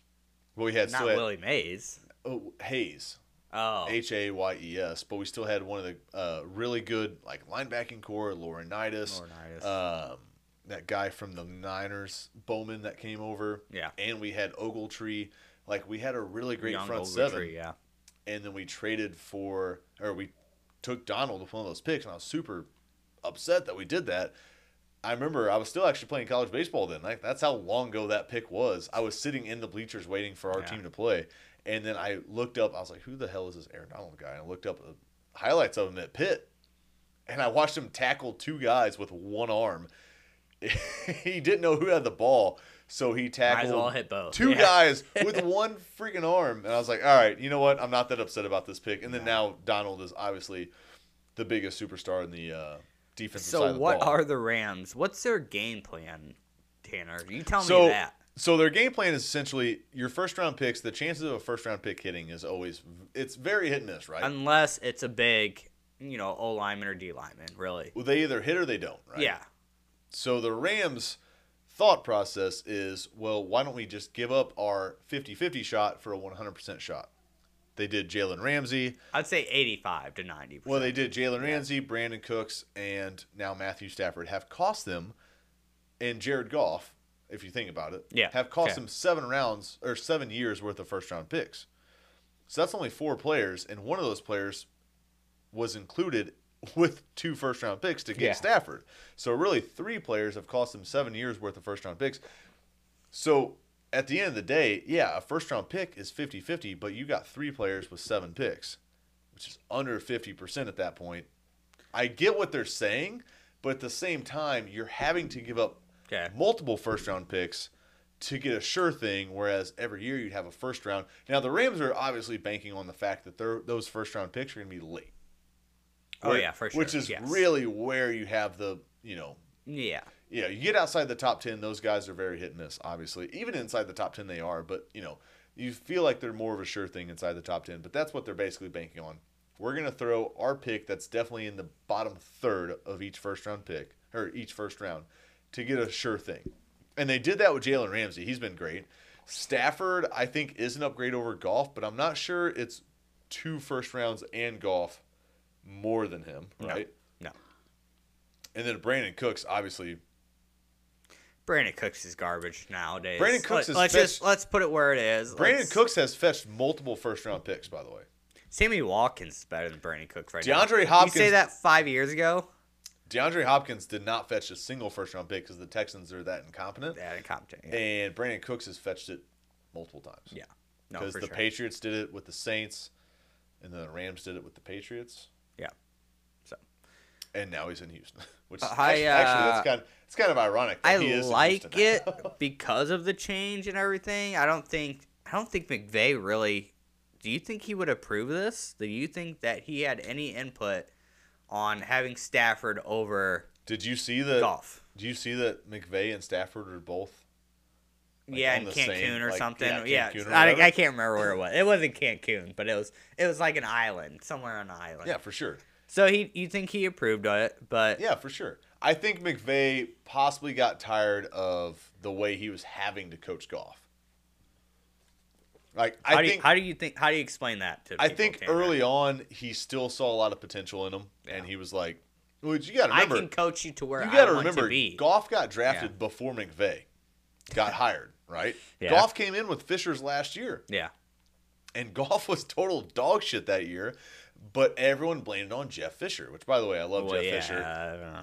Well, we had
Not
still had,
Willie Mays.
oh, Hayes.
Oh.
H A Y E S, but we still had one of the uh, really good like linebacking core, Laurinaitis,
Laurinaitis.
um, that guy from the Niners, Bowman that came over,
Yeah.
and we had Ogletree. Like we had a really great
Young
front
Ogletree,
seven,
yeah.
and then we traded for or we took Donald with one of those picks, and I was super upset that we did that. I remember I was still actually playing college baseball then. Like that's how long ago that pick was. I was sitting in the bleachers waiting for our
Yeah.
team to play, and then I looked up. I was like, "Who the hell is this Aaron Donald guy?" And I looked up the highlights of him at Pitt, and I watched him tackle two guys with one arm. [LAUGHS] he didn't know who had the ball, so he
Might
tackled
as well hit both.
two
Yeah.
guys
[LAUGHS]
with one freaking arm. And I was like, all right, you know what? I'm not that upset about this pick. And then now Donald is obviously the biggest superstar in the uh, defensive side
So
of the
what
ball.
are the Rams? What's their game plan, Tanner? You tell
so,
me that.
So their game plan is essentially your first round picks. The chances of a first round pick hitting is always it's very hit and miss, right?
Unless it's a big, you know, O lineman or D lineman, really.
well, they either hit or they don't, right?
Yeah.
So the Rams' thought process is, well, why don't we just give up our 50-50 shot for a 100% shot? They did Jalen Ramsey.
I'd say eighty five to ninety
Well, they did. Jalen Ramsey, Brandon Cooks, and now Matthew Stafford have cost them, and Jared Goff, if you think about it,
Yeah,
have cost
okay.
them seven rounds or seven years worth of first round picks. So that's only four players, and one of those players was included [LAUGHS] with two first round picks to get
Yeah.
Stafford. So really, three players have cost them seven years worth of first round picks. So at the end of the day, yeah, a first round pick is 50 50, but you got three players with seven picks, which is under 50% at that point. I get what they're saying, but at the same time, you're having to give up
Okay.
multiple first round picks to get a sure thing, whereas every year you'd have a first round. Now, the Rams are obviously banking on the fact that they're- those first round picks are going to be late.
Oh,
Where-
yeah, for
Which
sure,
is
yes.
really where you have the, you know,
Yeah.
yeah, you get outside the top 10, those guys are very hit and miss, obviously. Even inside the top 10, they are, but, you know, you feel like they're more of a sure thing inside the top 10, but that's what they're basically banking on. We're going to throw our pick that's definitely in the bottom third of each first round pick, or each first round, to get a sure thing. And they did that with Jalen Ramsey. He's been great. Stafford, I think, is an upgrade over golf, but I'm not sure it's two first rounds and golf more than him, right?
No.
And then Brandon Cooks, obviously,
Brandon Cooks is garbage nowadays.
Brandon Cooks is
Let's
fetch-
just let's put it where it is.
Brandon
Let's-
Cooks has fetched multiple first round picks, by the way.
Sammy Watkins is better than Brandon Cooks right now.
DeAndre
You
Hopkins-
say that five years ago?
DeAndre Hopkins did not fetch a single first round pick because the Texans are that incompetent.
Yeah, incompetent. Yeah.
And Brandon Cooks has fetched it multiple times.
yeah. No,
Because
for
the
sure.
Patriots did it with the Saints, and then the Rams did it with the Patriots,
yeah. So
and now he's in Houston. [LAUGHS] Which is
Uh, I,
actually, actually that's
uh,
kind of, it's kind of ironic. that
I
he is in
like
Houston
it [LAUGHS]
now.
because of the change and everything. I don't think I don't think McVay really. Do you think he would approve this? Do you think that he had any input on having Stafford over
[LAUGHS] Did you see that?
Goff?
Do you see that McVay and Stafford are both? like,
yeah,
on
in
the
Cancun
same-
or
like,
something.
yeah,
Yeah,
Cancun or
I,
whatever.
I can't remember where it was. It wasn't Cancun, but it was it was like an island somewhere on an island.
Yeah, for sure.
So he, you think he approved of it, but
Yeah, for sure. I think McVay possibly got tired of the way he was having to coach golf. Like I
How, do you,
think
how do you think? How do you explain that to?
I
people,
think
Tanner?
early on he still saw a lot of potential in him, and he was like, "Well, you got to
I
remember,
can coach you to where
you
I
got to
want to
remember,
be.
Goff got drafted before McVay
[LAUGHS]
got hired, right?
Yeah.
Goff came in with Fisher's last year,
yeah,
and [LAUGHS] Goff was total dog shit that year, but everyone blamed it on Jeff Fisher, which, by the way, I love
Well,
Jeff
yeah.
Fisher.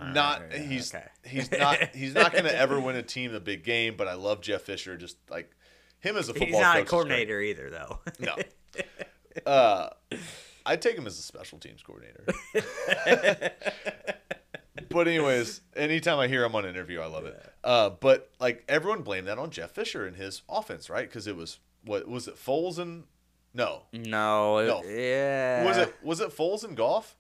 uh,
Not
yeah,
he's
okay.
he's not
[LAUGHS]
he's not going to ever win a team the big game, but I love Jeff Fisher. Just like him as a football
He's not a
coach is great.
coordinator either,
[LAUGHS]
though. [LAUGHS]
No. Uh, I'd take him as a special teams
[LAUGHS]
coordinator. but anyways, anytime I hear him on an interview, I love it. Uh, but like everyone blamed that on Jeff Fisher and his offense, right? Because it was what was it Foles and no
no, it-
No.
yeah.
was it was it Foles and golf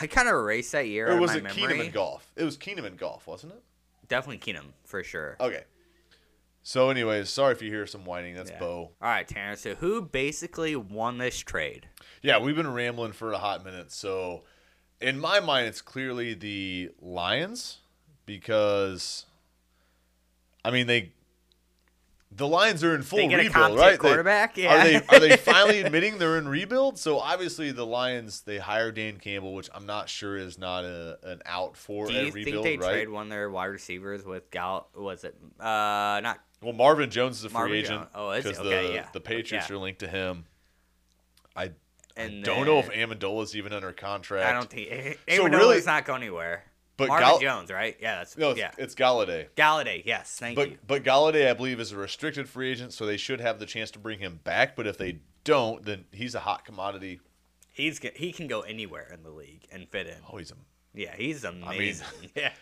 I kind of erased that year. out
or
of
was
my
it
memory.
Keenum and golf? It was Keenum and golf, wasn't it?
Definitely Keenum for sure.
Okay. So anyways, sorry if you hear some whining. That's
Yeah.
Bo.
All right, Tanner. So who basically won this trade?
Yeah, we've been rambling for a hot minute. So, in my mind, it's clearly the Lions because, I mean, they the Lions are in full
They get a
rebuild,
competent
right? They-
quarterback?
Are
Yeah.
they
[LAUGHS]
are they finally admitting they're in rebuild? So obviously, the Lions they hire Dan Campbell, which I'm not sure is not a, an out for
Do
a
you think
rebuild,
they
right?
trade one of their wide receivers with Gal? Was it uh not?
Well, Marvin Jones is a free
Marvin
agent
Jones. Oh, is he?
the
Okay, yeah.
the Patriots
Yeah.
are linked to him. I
And
don't know if
then-
Amendola is even under contract.
I don't think [LAUGHS]
So
Amendola
really-
not going anywhere.
But
Marvin
Gal-
Jones, right? Yeah, that's
No, it's,
yeah.
it's Galladay.
Galladay, yes, thank
But
you.
but Galladay, I believe, is a restricted free agent, so they should have the chance to bring him back. But if they don't, then he's a hot commodity.
He's g- he can go anywhere in the league and fit in.
Oh, he's a.
Yeah, he's amazing. [LAUGHS] yeah,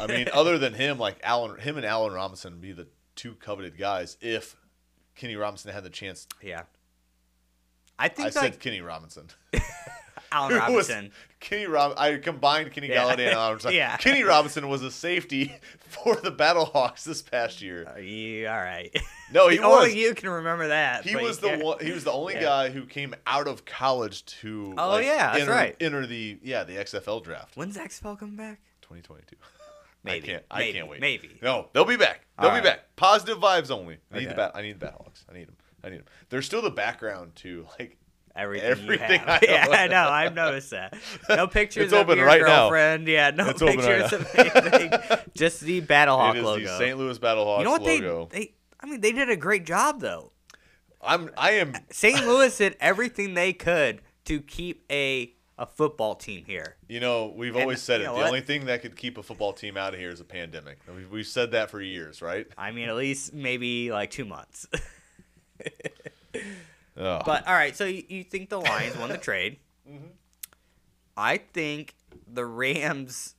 I
[LAUGHS]
mean, other than him, like Allen, him and Allen Robinson would be the two coveted guys if Kenny Robinson had the chance.
yeah. I
I
think
said
like
Kenny Robinson.
Allen
It was
Robinson.
Kenny Rob. I combined Kenny
Yeah.
Galladay and Allen
[LAUGHS]
Robinson.
Yeah.
Kenny Robinson was a safety [LAUGHS] for the Battlehawks this past year.
Are uh, you all right?
No, he
[LAUGHS]
was.
Only you can remember that.
he
but
was
you
the
can't-
one. He was the only
Yeah.
guy who came out of college to.
Oh,
like,
yeah, that's
enter,
right.
Enter the yeah the XFL draft
When's Zach Spell come back?
2022.
Maybe.
I can't. I
Maybe.
can't wait.
Maybe.
No, they'll be back. They'll
All
be
right.
back. Positive vibes only. I need the
Okay.
bat. I need the Battlehawks. I need them. I need them. They're still the background to like.
Everything,
Everything
you
I
have. [LAUGHS] yeah,
own.
I know. I've noticed that.
[LAUGHS]
No pictures
It's
of
open
your
right now.
girlfriend. Yeah, no
It's open right
pictures of anything.
[LAUGHS]
Just the Battlehawk
It is
logo.
the St. Louis Battlehawks
you know what
logo.
they they I mean they did a great job though.
I'm. I am.
St. Louis did everything they could to keep a a football team here.
You know, we've always said it.
you
The
know what?
only thing that could keep a football team out of here is a pandemic. We've, we've said that for years, right?
I mean at least maybe like 2 months. [LAUGHS]
Ugh.
But all right, so you, you think the Lions won the trade?
Mm-hmm.
I think the Rams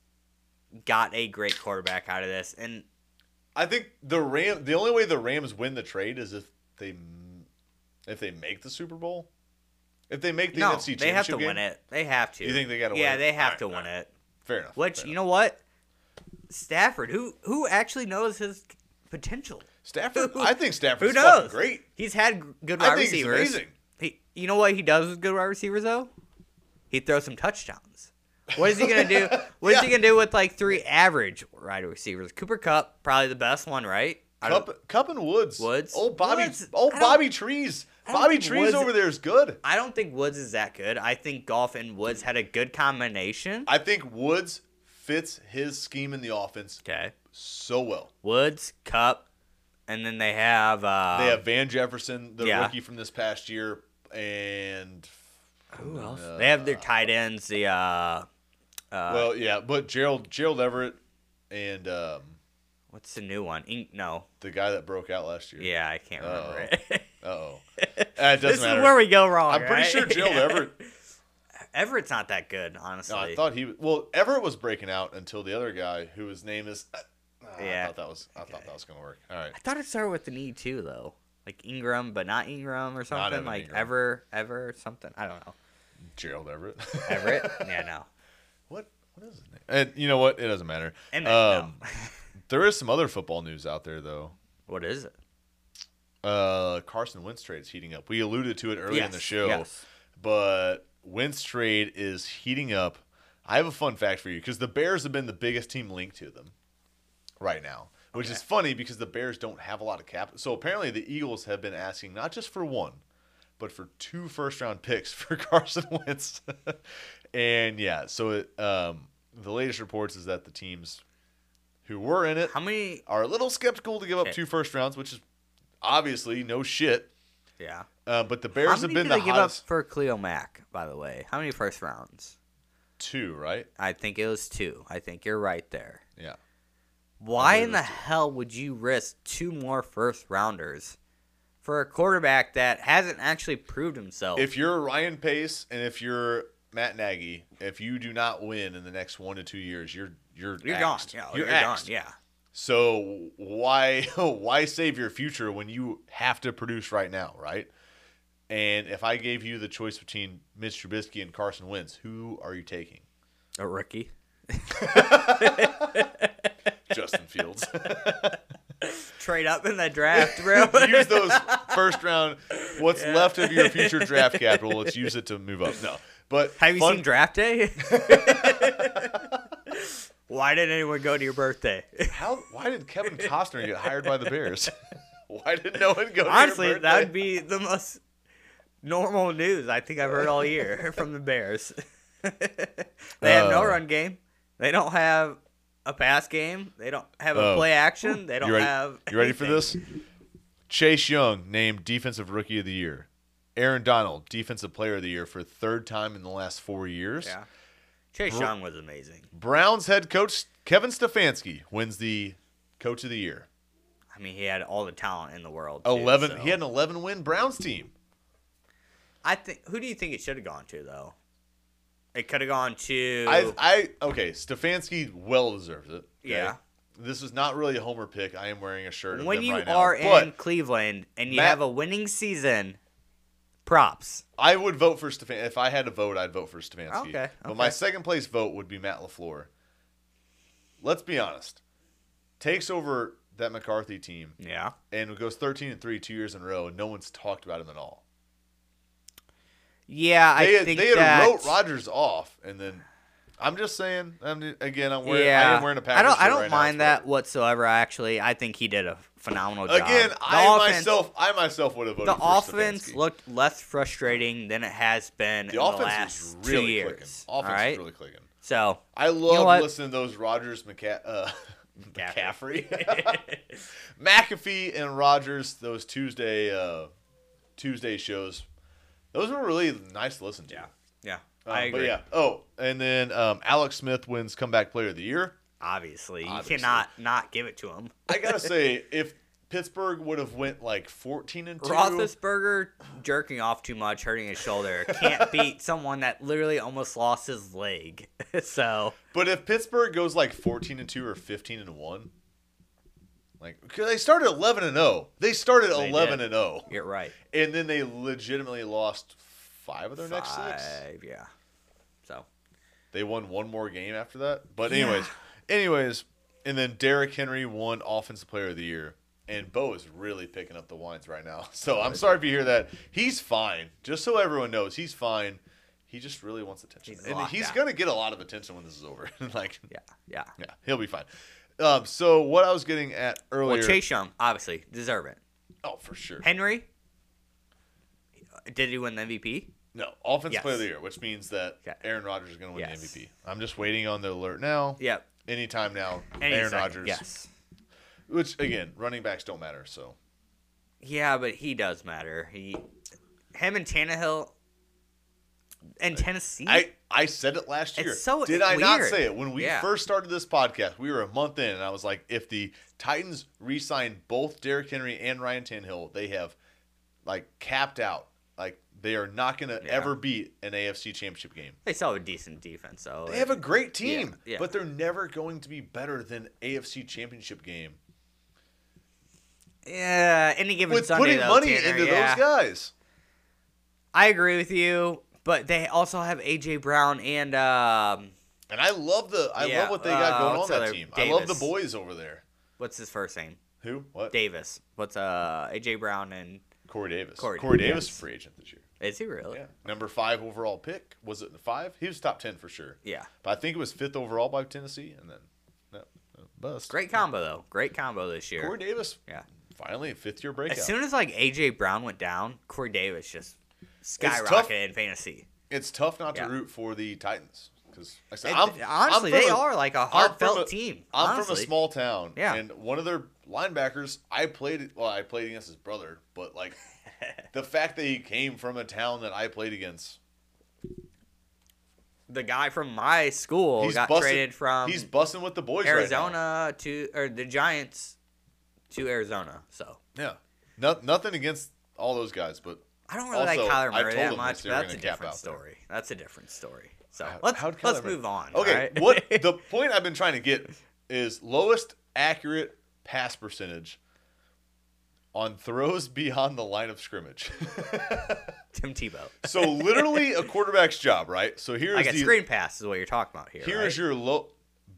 got a great quarterback out of this and
I think the Ram. The only way the Rams win the trade is if they if they make the Super Bowl. If they make the
no,
NFC Championship
they have to
game,
win it. They have to.
You think they gotta win
Yeah,
it?
they have
Alright,
to win
alright.
it.
Fair enough.
Which you know what? Stafford, who who actually knows his potential.
Stafford. I think Stafford's
Who knows?
fucking great.
He's had g- good
I
wide
think he's
receivers.
amazing.
He, you know what he does with good wide receivers though? He throws some touchdowns. What is he gonna do? What is he
[LAUGHS] Yeah.
gonna do with like three average wide receivers? Cooper Cup, probably the best one, right? I don't-
Cup, Cup and Woods.
Woods?
Old Bobby.
Woods?
Old
I don't-
Bobby Trees.
I don't
Bobby
think
Trees
Woods-
over there is good.
I don't think Woods is that good. I think Golf and Woods had a good combination.
I think Woods fits his scheme in the offense
Okay.
so well.
Woods, Cup, and then they have uh
They have Van Jefferson, the
yeah.
rookie from this past year, and
who else?
Uh,
they have their tight ends, the uh
well, yeah, but Gerald Gerald Everett and um,
what's the new one? Ink no.
the guy that broke out last year.
Yeah, I can't remember
Oh.
it.
Uh-oh.
[LAUGHS]
Uh It doesn't
this
matter.
is where we go wrong.
I'm pretty
right? [LAUGHS]
sure Gerald
Yeah.
Everett.
Everett's not that good, honestly.
No, I thought he. Well, Everett was breaking out until the other guy, who his name is. yeah. I
Yeah.
thought that was. I thought that was gonna work. All right.
I thought it started with an E too, though. Like Ingram, but not Ingram or something.
Evan
like
Ingram.
ever, ever or something. I don't know.
Gerald Everett.
Everett? [LAUGHS] yeah, no.
[LAUGHS] what? What is his name? And you know what? It doesn't matter. Um,
And then, no.
there is some other football news out there though.
What is it?
Uh, Carson Wentz trade's heating up. We alluded to it earlier in the
Yes,
show,
yes.
but Wentz trade is heating up. I have a fun fact for you because the Bears have been the biggest team linked to them right now, which is funny because the Bears don't have a lot of cap. So apparently, the Eagles have been asking not just for one, but for two first round picks [LAUGHS] for Carson Wentz. [LAUGHS] and yeah, so it, um, the latest reports is that the teams who were in it
How many?
are a little skeptical to give up
Okay.
two first rounds, which is obviously no shit.
Yeah.
Uh, but the
How many
Bears have been
did
the
they give up
hottest
for Cleo Mack? By the way, how many first rounds?
two, right?
I think it was two. I think you're right there.
Yeah.
Why
believe
in the hell would you risk two more first rounders for a quarterback that hasn't actually proved himself?
Oh. If you're Ryan Pace and if you're Matt Nagy, if you do not win in the next one to two years, you're you're
you're
axed.
gone, yeah,
you're
you're, gone,
axed.
yeah.
So why [LAUGHS] why save your future when you have to produce right now, right? And if I gave you the choice between Mitch Trubisky and Carson Wentz, who are you taking?
A rookie.
Justin Fields.
Trade up in the draft, bro.
[LAUGHS] use those first round what's left of your future
[LAUGHS]
draft capital let's use it to move up no but
[LAUGHS] Have you
fun-
seen draft day? [LAUGHS] Why did anyone go to your birthday?
how why did kevin costner get hired by
[LAUGHS]
the bears [LAUGHS] why did no one go to your
Honestly, that would
birthday?
be the most normal news I think I've heard all
[LAUGHS]
year from the Bears. [LAUGHS] they have no
Uh.
run game. They don't have a pass game. They don't have a
Oh.
play action. They don't
you ready,
have.
you ready for
anything.
this chase young named defensive rookie of the year aaron donald defensive player of the year for third time in the last four years
Yeah. Chase Young was amazing.
browns head coach kevin stefanski wins the coach of the year
I mean, he had all the talent in the world. too,
11
so.
he had an 11 win browns team
I think. Who do you think it should have gone to though? It could have gone to.
I, I okay. Stefanski well deserves it. okay?
Yeah.
This is not really a homer pick. I am wearing a shirt. Of
when
them
you
right now,
are
but
in Cleveland and you
Matt-
have a winning season, props.
I would vote for Stefanski. If I had to vote, I'd vote for Stefanski.
Okay,
But my
okay.
second place vote would be Matt Lafleur. Let's be honest. Takes over that McCarthy team
Yeah.
and goes thirteen and three two years in a row, and no one's talked about him at all.
Yeah, I
They had,
think
they had
that.
wrote Rodgers off, and then I'm just saying. I'm again. I'm wearing.
yeah,
I am wearing a Packers
I don't. I
shirt
don't
right now,
mind
it's
that whatsoever. Actually, I think he did a phenomenal job.
Again,
The
I
offense-
myself, I myself would have voted
The
for
offense
Stefanski.
looked less frustrating than it has been
the
in
offense
the last
is really
two years.
clicking. Offense
all
is
right,
really clicking.
so
I love
what?
listening to those Rogers McCa- uh, [LAUGHS]
McCaffrey. [LAUGHS]
McCaffrey, [LAUGHS] McAfee, and Rogers. Those Tuesday uh, Tuesday shows. Those were really nice to listen to.
yeah, yeah,
Uh,
I agree.
But yeah. Oh, and then um, Alex Smith wins comeback player of the year.
Obviously,
Obviously.
you cannot not give it to him. [LAUGHS]
I gotta say, if Pittsburgh would have went like fourteen and two,
Roethlisberger jerking off too much, hurting his shoulder,
[LAUGHS]
can't beat someone that literally almost lost his leg. [LAUGHS] so
But if Pittsburgh goes like 14 and 2 or 15 and 1, like cuz they started 11 and 0. They started
They
11
did.
and 0.
you're right.
And then they legitimately lost 5 of their next 6.
Five, yeah. So
They won one more game after that. But anyways, anyways, and then Derrick Henry won offensive player of the year. And Bo is really picking up the wines right now. [LAUGHS] So I'm sorry if you hear that. He's fine. Just so everyone knows, he's fine. He just really wants attention.
He's
and
locked
he's
out.
going to get a lot of attention when this is over. [LAUGHS] like
yeah, yeah.
Yeah, he'll be fine. Um, so what I was getting at earlier,
Well, Chase Young obviously deserve it.
oh for sure,
Henry, did he win the MVP?
no offense
Yes.
player of the year, which means that
Okay.
Aaron Rodgers is going to win
Yes.
the MVP. I'm just waiting on the alert now.
Yep.
anytime now,
Any
Aaron
second,
Rodgers.
Yes.
Which again, running backs don't matter. So
Yeah, but he does matter. He, him and Tannehill, and Tennessee.
I I said it last
It's
year.
so
Did I not
weird.
say it when we
Yeah.
first started this podcast? We were a month in, and I was like, if the Titans re-sign both Derrick Henry and Ryan Tannehill, they have like capped out. Like they are not going to
Yeah.
ever beat an AFC Championship game.
they still have a decent defense, though.
They have a great team,
Yeah, yeah.
but they're never going to be better than AFC Championship game
yeah, any given
with
Sunday
putting
though,
money
Tanner,
into
yeah.
those guys.
I agree with you, but they also have AJ Brown and um,
And I love the I
Yeah,
love what they got
uh,
going on
what's the
that
other-
team. I love the
Davis.
boys over there.
what's his first name?
Who? What?
Davis. What's uh AJ Brown and
Corey Davis.
Corey
Corey Davis
Davis.
free agent this year.
Is he really?
Yeah. Number five overall pick. Was it five? He was top 10 for sure.
Yeah.
But I think it was fifth overall by Tennessee, and then that, that bust.
Great combo though. Great combo this year.
Corey Davis.
Yeah.
Finally, a fifth year breakout.
As soon as like AJ Brown went down, Corey Davis just
tough.
skyrocketed in fantasy.
it's tough not
Yeah.
to root for the Titans because
And honestly, they are like a heartfelt
from a,
team.
I'm from
honestly.
a small town,
Yeah.
and one of their linebackers, I played. Well, I played against his brother,
[LAUGHS]
but like the fact that he came from a town that I played against,
The guy from my school
he's
got
busting-
traded from
He's busting with the boys right now.
Arizona to or the Giants to Arizona. So
Yeah, no, nothing against all those guys, but
I don't really like
Also,
Kyler
I
Murray
told
that
them
much, but
this year we're
that's a
gonna cap
different
out there.
story. That's a different story. So
How-
let's
how'd Kyler
let's
Murray-
move on.
Okay,
alright? [LAUGHS]
what the point I've been trying to get is lowest accurate pass percentage on throws [LAUGHS] beyond the line of scrimmage.
Tim Tebow.
so literally a quarterback's job, right? So here's
Like a
the
screen pass is what you're talking about here. right?
here's your low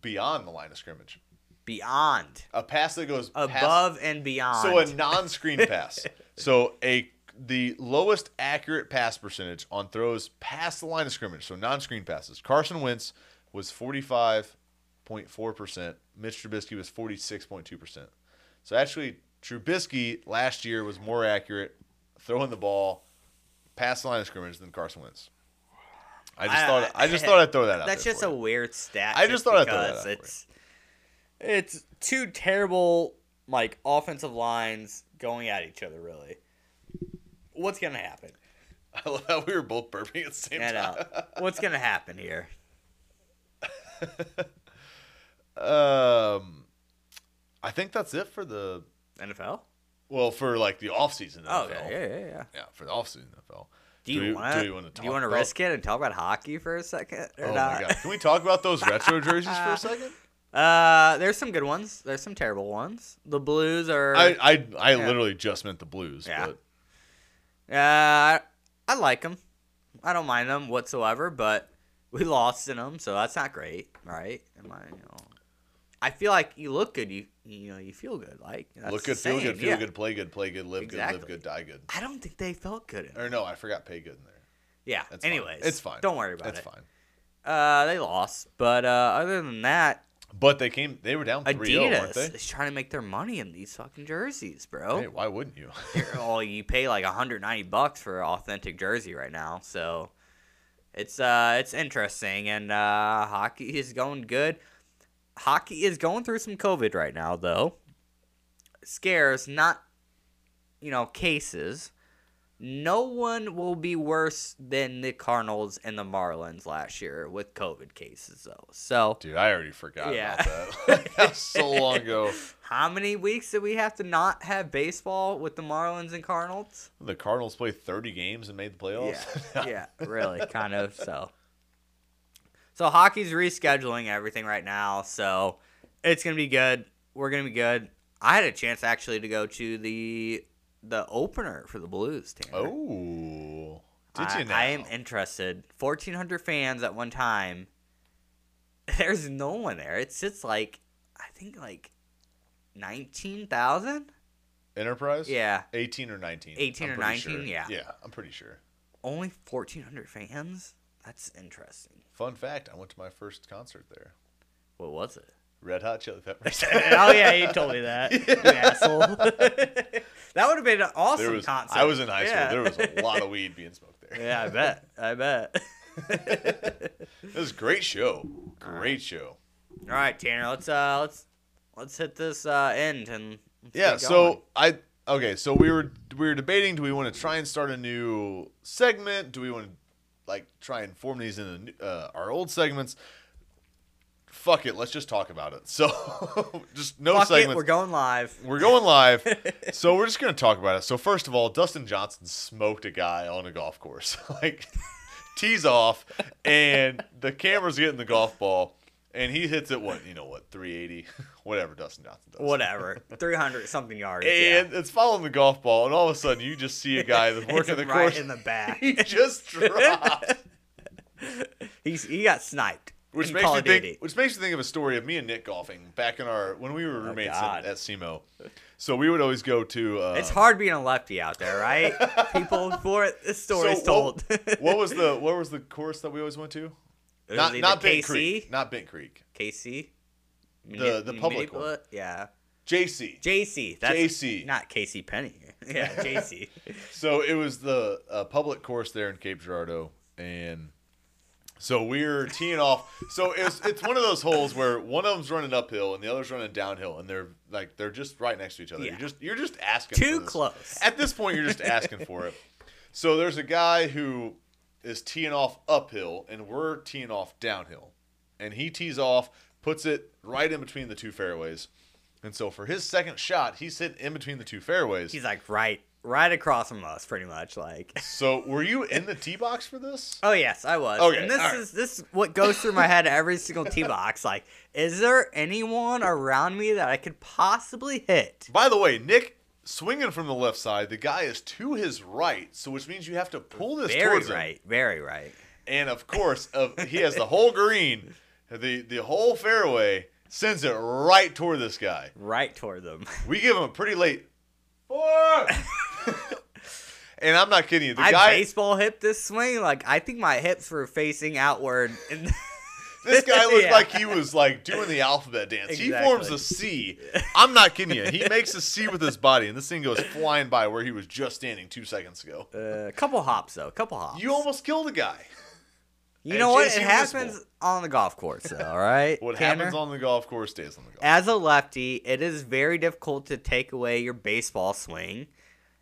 beyond the line of scrimmage.
beyond,
A pass that goes past-
above and beyond.
so a
[LAUGHS]
non-screen pass. So a the lowest accurate pass percentage on throws past the line of scrimmage, so non-screen passes. Carson Wentz was 45.4%. Mitch Trubisky was 46.2%. So actually Trubisky last year was more accurate throwing the ball past the line of scrimmage than Carson Wentz. I just
I-
thought I just thought I'd throw that out.
That's
there
just
for
a
you.
weird stat.
I just thought I'd throw
because
that out for you.
it's it's two terrible like offensive lines going at each other. Really, what's gonna happen?
[LAUGHS] I love how we were both burping at the same
And,
time.
uh,
[LAUGHS]
what's gonna happen here?
Um, I think that's it for the
NFL?
Well, for like the offseason NFL.
Oh yeah, yeah, yeah, yeah.
Yeah, for the offseason NFL.
Do you
we-
want
do we wanna
to? Do you
talk
want to
about-
risk it and talk about hockey for a second or
Oh
not?
my god. Can we talk about
[LAUGHS]
those retro jerseys for a second?
Uh, there's some good ones. There's some terrible ones. The Blues are.
I I, I
Yeah.
literally just meant the blues,
Yeah.
but
Uh, I like them. I don't mind them whatsoever, but we lost in them, so that's not great, right? Am I? You know, I feel like you look good. You you know you feel good. Like that's
look
the
good, feel good,
saying,
feel
yeah.
good, play good, play good, live
Exactly.
good, live good, die good.
I don't think they felt good. In it.
Or no, I forgot pay good in there.
Yeah.
Er, That's fine.
Anyways,
It's fine.
Don't worry about
it's
it.
fine.
Uh, they lost, but uh, other than that,
But they came they were down 3 0, oh, weren't
Adidas Oh.
they?
is trying to make their money in these fucking jerseys, bro.
Hey, why wouldn't you? [LAUGHS]
They're- oh, you pay like 190 bucks for an authentic jersey right now, so it's uh it's interesting and uh hockey is going good. Hockey is going through some COVID right now though. Scares, not you know, cases. No one will be worse than the Cardinals and the Marlins last year with COVID cases though. So
Dude, I already forgot
Yeah.
about
[LAUGHS]
that. that was so long ago.
how many weeks did we have to not have baseball with the Marlins and Cardinals?
The Cardinals played thirty games and made the playoffs. [LAUGHS]
Yeah, [LAUGHS] yeah, really, kind of. So, so hockey's rescheduling everything right now, so it's gonna be good. We're gonna be good. I had a chance actually to go to the the opener for the Blues. Tanner.
Oh. Did
I,
you now?
I am interested. Fourteen hundred fans at one time. [LAUGHS] There's no one there. It sits like I think like nineteen thousand.
Enterprise?
Yeah,
18 or 19.
18
I'm
or
pretty
19,
sure.
yeah.
Yeah, I'm pretty sure.
only fourteen hundred fans. That's interesting.
Fun fact, I went to my first concert there.
What was it?
Red
[LAUGHS]
Hot Chili Peppers.
oh yeah, you told me that. [LAUGHS] You asshole. that would have been an awesome
there was,
concert.
I was in high school.
Yeah.
There was a lot of weed being smoked there.
[LAUGHS] yeah, I bet. I bet. [LAUGHS]
It was a great show. Great show.
All right, Tanner. Let's uh, let's let's hit this uh end and let's
Yeah,
get going.
so I okay, so we were we were debating do we want to try and start a new segment? Do we want to like try and form these in a, new- uh, our old segments? Fuck it, let's just talk about it. [LAUGHS] So just no
Fuck it,
segments.
we're going live.
We're going
[LAUGHS]
live, so we're just gonna talk about it. So first of all, Dustin Johnson smoked a guy on a golf course, [LAUGHS] like tees off, and the camera's getting the golf ball, and he hits it what you know what 380, [LAUGHS] whatever Dustin Johnson does,
Whatever, [LAUGHS] three hundred something yards.
and
yeah.
it's following the golf ball, and all of a sudden you just see a guy that's
[LAUGHS] It's
working the
right [LAUGHS]
[LAUGHS] course,
in the back.
he just dropped.
He's he got sniped.
Which
in
makes
Call
me
of
think.
Duty.
Which makes me think of a story of me and Nick golfing back in our when we were roommates
Oh, God.
at, at SEMO. So we would always go to. Uh,
It's hard being a lefty out there,
[LAUGHS]
right? People for it, the
so
story's
what-
told.
what was the what was the course that we always went to?
It was
not
either
not Bent
KC,
Creek. Not Bent Creek.
KC,
The- the public one.
Manipula- Yeah,
JC.
JC. That's
JC.
not KC Penny. [LAUGHS] Yeah,
[LAUGHS]
JC.
So it was the uh, public course there in Cape Girardeau, and so we're teeing off. So it's it's one of those holes where one of them's running uphill and the other's running downhill, and they're like they're just right next to each other.
Yeah.
You're just you're just asking
Too
for this.
close.
At this point, you're just asking for it. So there's a guy who is teeing off uphill, and we're teeing off downhill, and he tees off, puts it right in between the two fairways. And so for his second shot, he's hitting in between the two fairways.
He's like right, right across from us, pretty much. Like,
So, were you in the tee box for this?
oh yes, I was.
Okay,
and this
alright.
is this is what goes through my head every single tee box. Like, is there anyone around me that I could possibly hit?
By the way, Nick swinging from the left side, the guy is to his right, so which means you have to pull this
Very
towards him.
right, very right.
And of course, of he has the whole green, the the whole fairway sends it right toward this guy.
right toward them.
We give him a pretty late four. [LAUGHS] and I'm not kidding you. The
I
guy,
baseball hip this swing. Like I think my hips were facing outward. [LAUGHS] And
this
[LAUGHS]
guy looked
Yeah.
like he was like doing the alphabet dance. He
Exactly.
forms a C. I'm not kidding you. He makes a C with his body, and this thing goes flying by where he was just standing two seconds ago.
a Uh, couple hops though, couple hops.
You almost killed a guy.
You
and
know what?
JC
It
Municipal.
happens on the golf course, though. All right.
[LAUGHS] What
Tanner?
happens on the golf course stays on the golf.
As a lefty, it is very difficult to take away your baseball swing.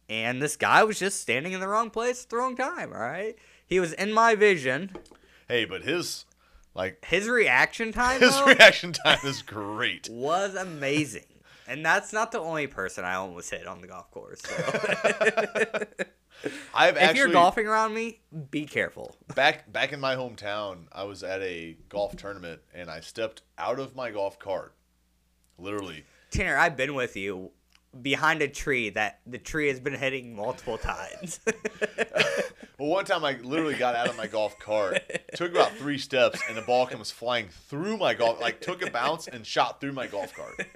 And this guy was just standing in the wrong place at the wrong time. All right. He was in my vision.
Hey, but his
[LAUGHS]
like
His reaction time
his
though,
reaction time is great.
was amazing. And that's not the only person I almost hit on the golf course.
[LAUGHS]
So.
I've
if
actually
you're golfing around me, be careful.
back back in my hometown, I was at a golf tournament and I stepped out of my golf cart. Literally.
Tanner, I've been with you behind a tree that the tree has been hitting multiple times. [LAUGHS]
Well, one time I literally got out of my golf cart, took about three steps, and the ball comes flying through my golf, like took a bounce and shot through my golf cart.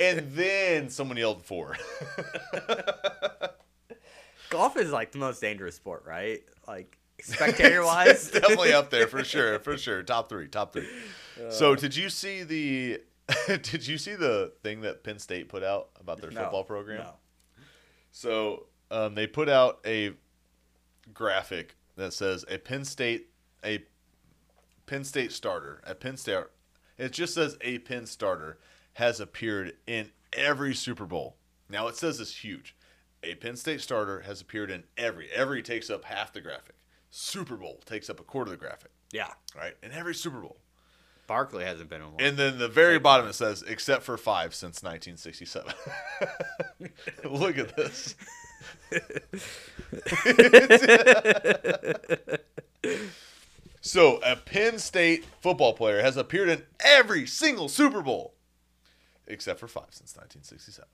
And then someone yelled four.
Golf is like the most dangerous sport, right?
[LAUGHS]
Like spectator wise.
It's [LAUGHS] definitely up there for sure, for sure. Top three, top three. so, did you see the? [LAUGHS] did you see the thing that Penn State put out about their football program?
No.
So um, they put out a graphic that says a Penn State a Penn State starter a Penn State. It just says a Penn starter has appeared in every Super Bowl. Now it says it's huge. A Penn State starter has appeared in every. Every takes up half the graphic. Super Bowl takes up a quarter of the graphic.
Yeah.
Right in every Super Bowl.
Barkley hasn't been in one.
And then the very bottom it says, except for five since 1967. [LAUGHS] Look at this. [LAUGHS] so, a Penn State football player has appeared in every single Super Bowl except for five since 1967.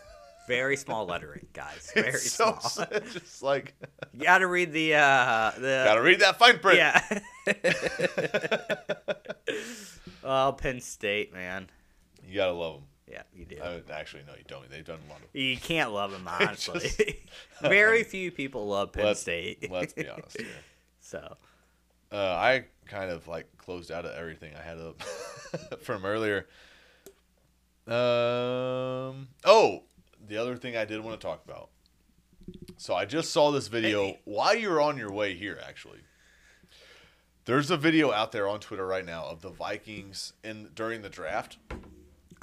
[LAUGHS]
Very small lettering, guys. Very
It's so
small.
sad. Just like,
[LAUGHS] You gotta read the uh the
gotta read that fine print.
Yeah.
[LAUGHS]
oh, Penn State, man.
You gotta love them.
Yeah, you do.
I, actually, no, you don't. They've done a lot of
You can't love
[LAUGHS]
him, honestly.
just-
[LAUGHS] Very few people love Penn
Let's-
State. [LAUGHS]
Let's be honest here.
so
uh, I kind of like closed out of everything I had up [LAUGHS] from earlier. Um. Oh, the other thing I did want to talk about. So I just saw this video
Hey.
while you were on your way here. Actually, there's a video out there on Twitter right now of the Vikings in during the draft.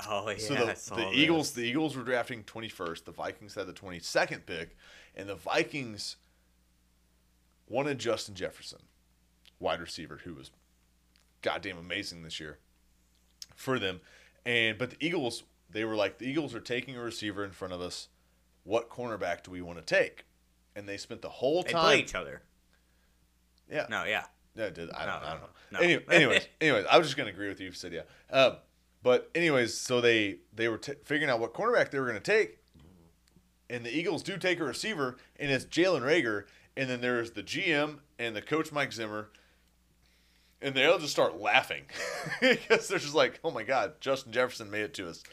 Oh yeah,
So
I
the,
saw
the
that.
Eagles, the Eagles were drafting 21st. The Vikings had the 22nd pick, and the Vikings wanted Justin Jefferson, wide receiver, who was goddamn amazing this year for them. And but the Eagles, they were like, the Eagles are taking a receiver in front of us. What cornerback do we want to take? And they spent the whole
they
time.
play each other.
Yeah.
No, yeah.
Yeah, did I don't,
No, no,
I don't know.
no.
Any-
[LAUGHS]
anyways, anyways, I was just gonna agree with you if you said yeah. Um, but anyways, so they they were t- figuring out what cornerback they were gonna take, and the Eagles do take a receiver, and it's Jalen Rager, and then there's the GM and the coach Mike Zimmer, and they'll just start laughing [LAUGHS] because they're just like, "Oh my God, Justin Jefferson made it to us."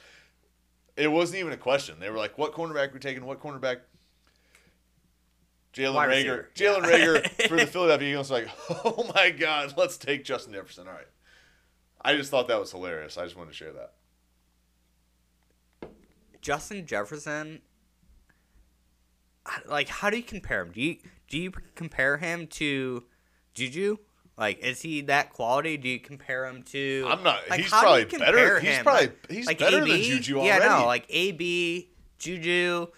It wasn't even a question. They were like, "What cornerback we taking? What cornerback?" Jalen
Wide
Rager.
receiver,
Jalen
yeah. [LAUGHS]
Rager for the Philadelphia Eagles. Like, oh my God, let's take Justin Jefferson. All right. I just thought that was hilarious. I just wanted to share that.
Justin Jefferson, I- like, how do you compare him? Do you do you compare him to Juju? Like, is he that quality? Do you compare him to?
I'm not-
Like,
he's
how do you
probably better-
compare
he's probably- he's better than Juju
Yeah,
already.
no, like AB, Juju.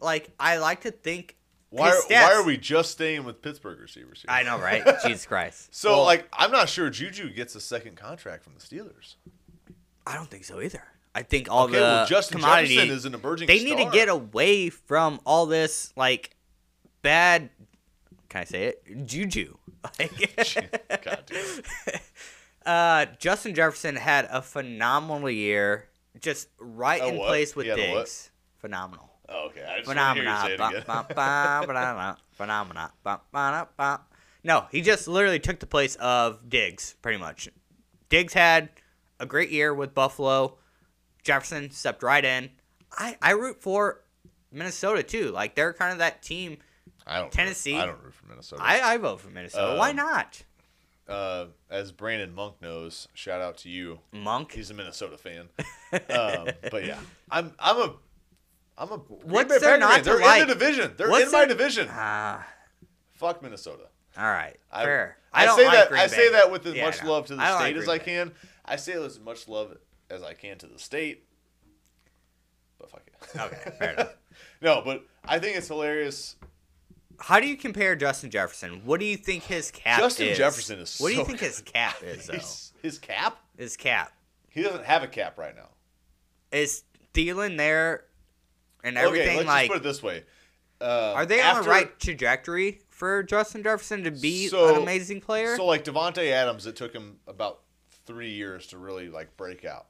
Like, I like to think.
Why,
his
are- why
stats-
are we just staying with Pittsburgh receivers here?
I know,
[LAUGHS]
right? Jesus Christ.
So,
Well,
like, I'm not sure Juju gets a second contract from the Steelers.
I don't think so either. I think all
Okay,
the
well, Justin
commodity
Jefferson is an emerging
They need to
star.
get away from all this like bad. Can I say it? Juju. [LAUGHS] Like,
[LAUGHS] God damn it.
uh, Justin Jefferson had a phenomenal year, just right
A
in
what?
place with
He had a what?
Diggs. Phenomenal.
Oh, okay. I just wanna hear you
Phenomena.
say it
Bum,
again.
bum, bum, ba-da-da, Phenomena. bum, ba-da, bum. No, he just literally took the place of Diggs, pretty much. Diggs had a great year with Buffalo. Jefferson stepped right in. I, I root for Minnesota too. Like they're kind of that team.
[LAUGHS] I don't root-
Tennessee.
I don't root for Minnesota.
I, I vote for Minnesota. Why
Um,
not?
uh, as Brandon Monk knows, shout out to you.
Monk.
He's a
[LAUGHS]
Minnesota fan. um, but yeah, I'm I'm a I'm a Green
What's
Bay
there
Packer
not
fan.
to
They're
like?
in the division. They're
What's
in
there-
my division.
Ah,
Fuck Minnesota.
all right.
I,
Fair.
I,
don't
say
like
that
Green
I
Bay.
say that with as
Yeah,
much
no.
love to the
I don't like
state as
Green
I
Bay.
can. I say as much love as I can to the state. But fuck it.
Okay,
[LAUGHS]
fair enough.
no, but I think it's hilarious.
How do you compare Justin Jefferson? What do you think his cap
Justin
is?
Jefferson is
What do you
so
think his
[LAUGHS]
cap is though?
His, his cap?
His cap.
He doesn't have a cap right now.
Is Thielen there and everything
okay, let's
like
just put it this way. Uh,
are they on the
after-
right trajectory for Justin Jefferson to be
So-
an amazing player?
So like Devonte Adams, it took him about three years to really like break out.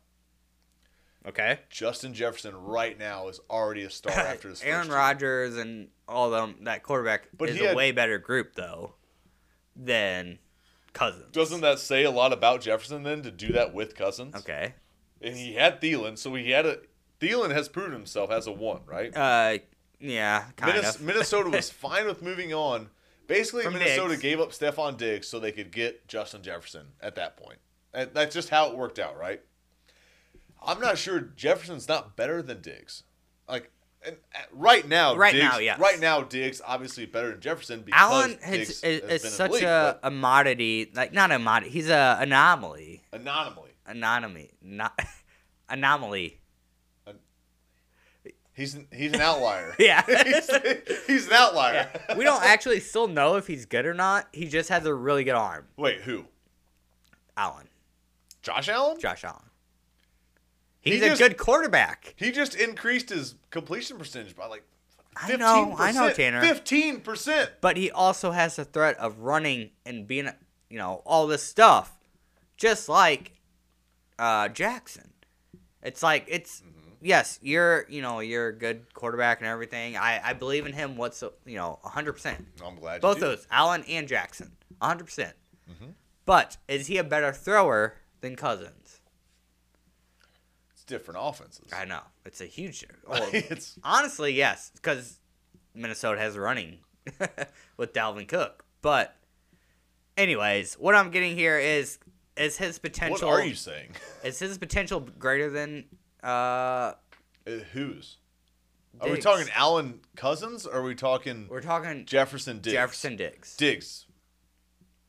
okay.
Justin Jefferson right now is already
[LAUGHS]
a star [LAUGHS] after his
Aaron
first year.
Rodgers and all them that quarterback
But
is
he
a
had-
way better group though than Cousins.
Doesn't that say a lot about Jefferson then to do that with Cousins?
Okay.
And he had Thielen, so he had a Thielen has proven himself as a one, right?
Uh yeah, kind
Minnes-
of.
Minnesota
[LAUGHS]
was fine with moving on. Basically,
From
Minnesota
Diggs.
gave up Stephon Diggs so they could get Justin Jefferson at that point. That- That's just how it worked out, right? I'm not sure Jefferson's not better than Diggs. Like and, uh, right now,
Right
Diggs,
now, yes.
Right now, Diggs obviously better than Jefferson because
Allen
Diggs
has, uh, is,
has been in the
is such
league,
a,
but
a oddity, like not a mod. He's a anomaly,
anomaly.
anomaly, not [LAUGHS] anomaly.
He's an- he's an outlier.
[LAUGHS] Yeah.
[LAUGHS] he's, he's an outlier.
We don't actually still know if he's good or not. He just has a really good arm.
[LAUGHS] Wait, who?
Allen,
Josh Allen?
Josh Allen. He's
He
a
just-
good quarterback.
He just increased his completion percentage by like 15%.
I know, I know, Tanner.
15%.
But he also has the threat of running and being, a- you know, all this stuff, just like uh, Jackson. It's like it's yes, you're you know you're a good quarterback and everything. I I believe in him. What's you know 100. percent
I'm glad
Both
you do.
those, Allen and Jackson, 100%. percent But is he a better thrower than Cousins?
It's different offenses. [LAUGHS]
I know. It's a huge. oh, Well,
it's
honestly, yes, because Minnesota has running [LAUGHS] with Dalvin Cook. But, anyways, what I'm getting here is is his
what
potential.
are you saying? [LAUGHS]
Is his potential greater than uh?
Uh, Whose? Are we
Diggs?
talking Allen Cousins or are we talking
We're talking
Jefferson Diggs?
Jefferson Diggs.
Diggs.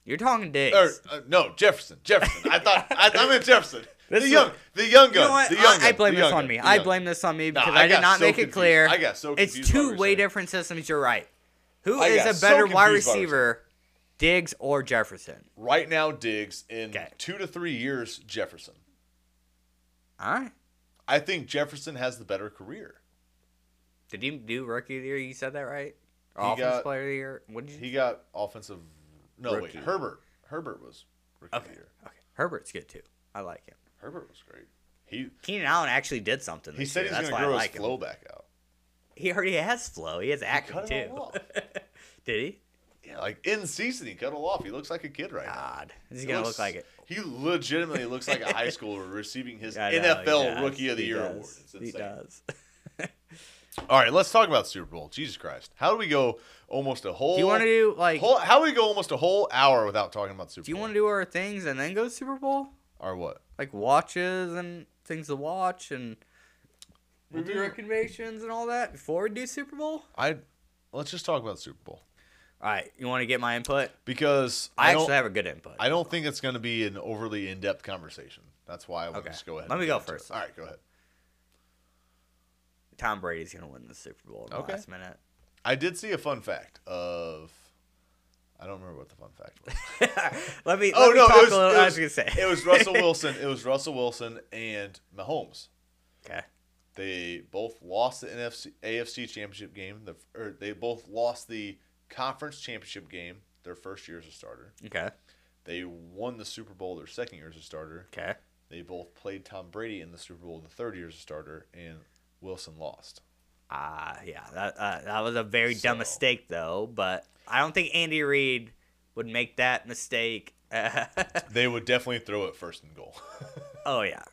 You're talking Diggs.
Or, uh, no, Jefferson. Jefferson. I thought I, I meant Jefferson.
[LAUGHS] This
the
is-
young, the young
You
gun.
know what?
The young
I, I
gun,
blame
the
this
young
on
gun,
me.
the
I
young
blame
gun.
this on me
Nah,
because
I
I, did
got
not
so
make it
confused.
clear.
I got so
It's
confused by what
two
you're
way
saying.
different systems. You're right. Who
I
is
got
a
so
better wide
confused by what you're saying.
receiver, Diggs or Jefferson?
Right now, Diggs in
Okay.
two to three years, Jefferson.
All right.
I think Jefferson has the better career.
Did he do rookie of the year? You said that right. Or
He
Offense
got-
player of the year. What did you?
He got offensive. No
Rookie.
wait, Herbert. Herbert was rookie of the
okay.
year.
Okay. Herbert's good too. I like him.
Herbert was great. He
Keenan Allen actually did something.
he
this
said
year.
he's
That's
going
why I
to grow
like
his
him.
flow back out.
He already has flow. He has acting
Cut it all
too.
off.
[LAUGHS] Did he?
yeah, like in season, he cut off. He looks like a kid right now.
God, this is
He
Ah, gonna
looks-
look like it.
He legitimately looks like a high schooler [LAUGHS] receiving
[LAUGHS]
his
I know,
NFL
he does.
Rookie of the
He
Year
does.
award. It's
He
insane.
does.
All right, let's talk about Super Bowl. Jesus Christ, how do we go almost a whole?
Do you want to do like?
whole, how do we go almost a whole hour without talking about Super?
do you
Bowl?
want to do our things and then go to Super Bowl?
or what?
Like watches and things to watch and movie recommendations and all that before we do Super Bowl.
I let's just talk about Super Bowl
All right, you want to get my input?
because
I,
I, don't.
actually have a good input.
I don't think it's going to be an overly in-depth conversation. That's why I want
Okay.
to just go ahead.
Let
and
me
get
go
into it.
first.
All right, go ahead.
Tom Brady's gonna win the Super Bowl in the
Okay.
last minute. [LAUGHS]
I did see a fun fact of. I don't remember what the fun fact was.
[LAUGHS] let me.
oh
let me
no,
talk
it was,
a little,
it
I
was-
was gonna say
it
[LAUGHS]
was Russell Wilson. It was Russell Wilson and Mahomes.
okay.
They both lost the NFC AFC championship game. The or they both lost the conference championship game their first year as a starter.
Okay.
They won the Super Bowl their second year as a starter.
Okay.
They both played Tom Brady in the Super Bowl the third year as a starter, and Wilson lost.
Ah, yeah. That uh, that was a very dumb
So-
mistake, though. But I don't think Andy Reid would make that mistake. [LAUGHS] oh
They would definitely throw it first and goal. [LAUGHS]
yeah,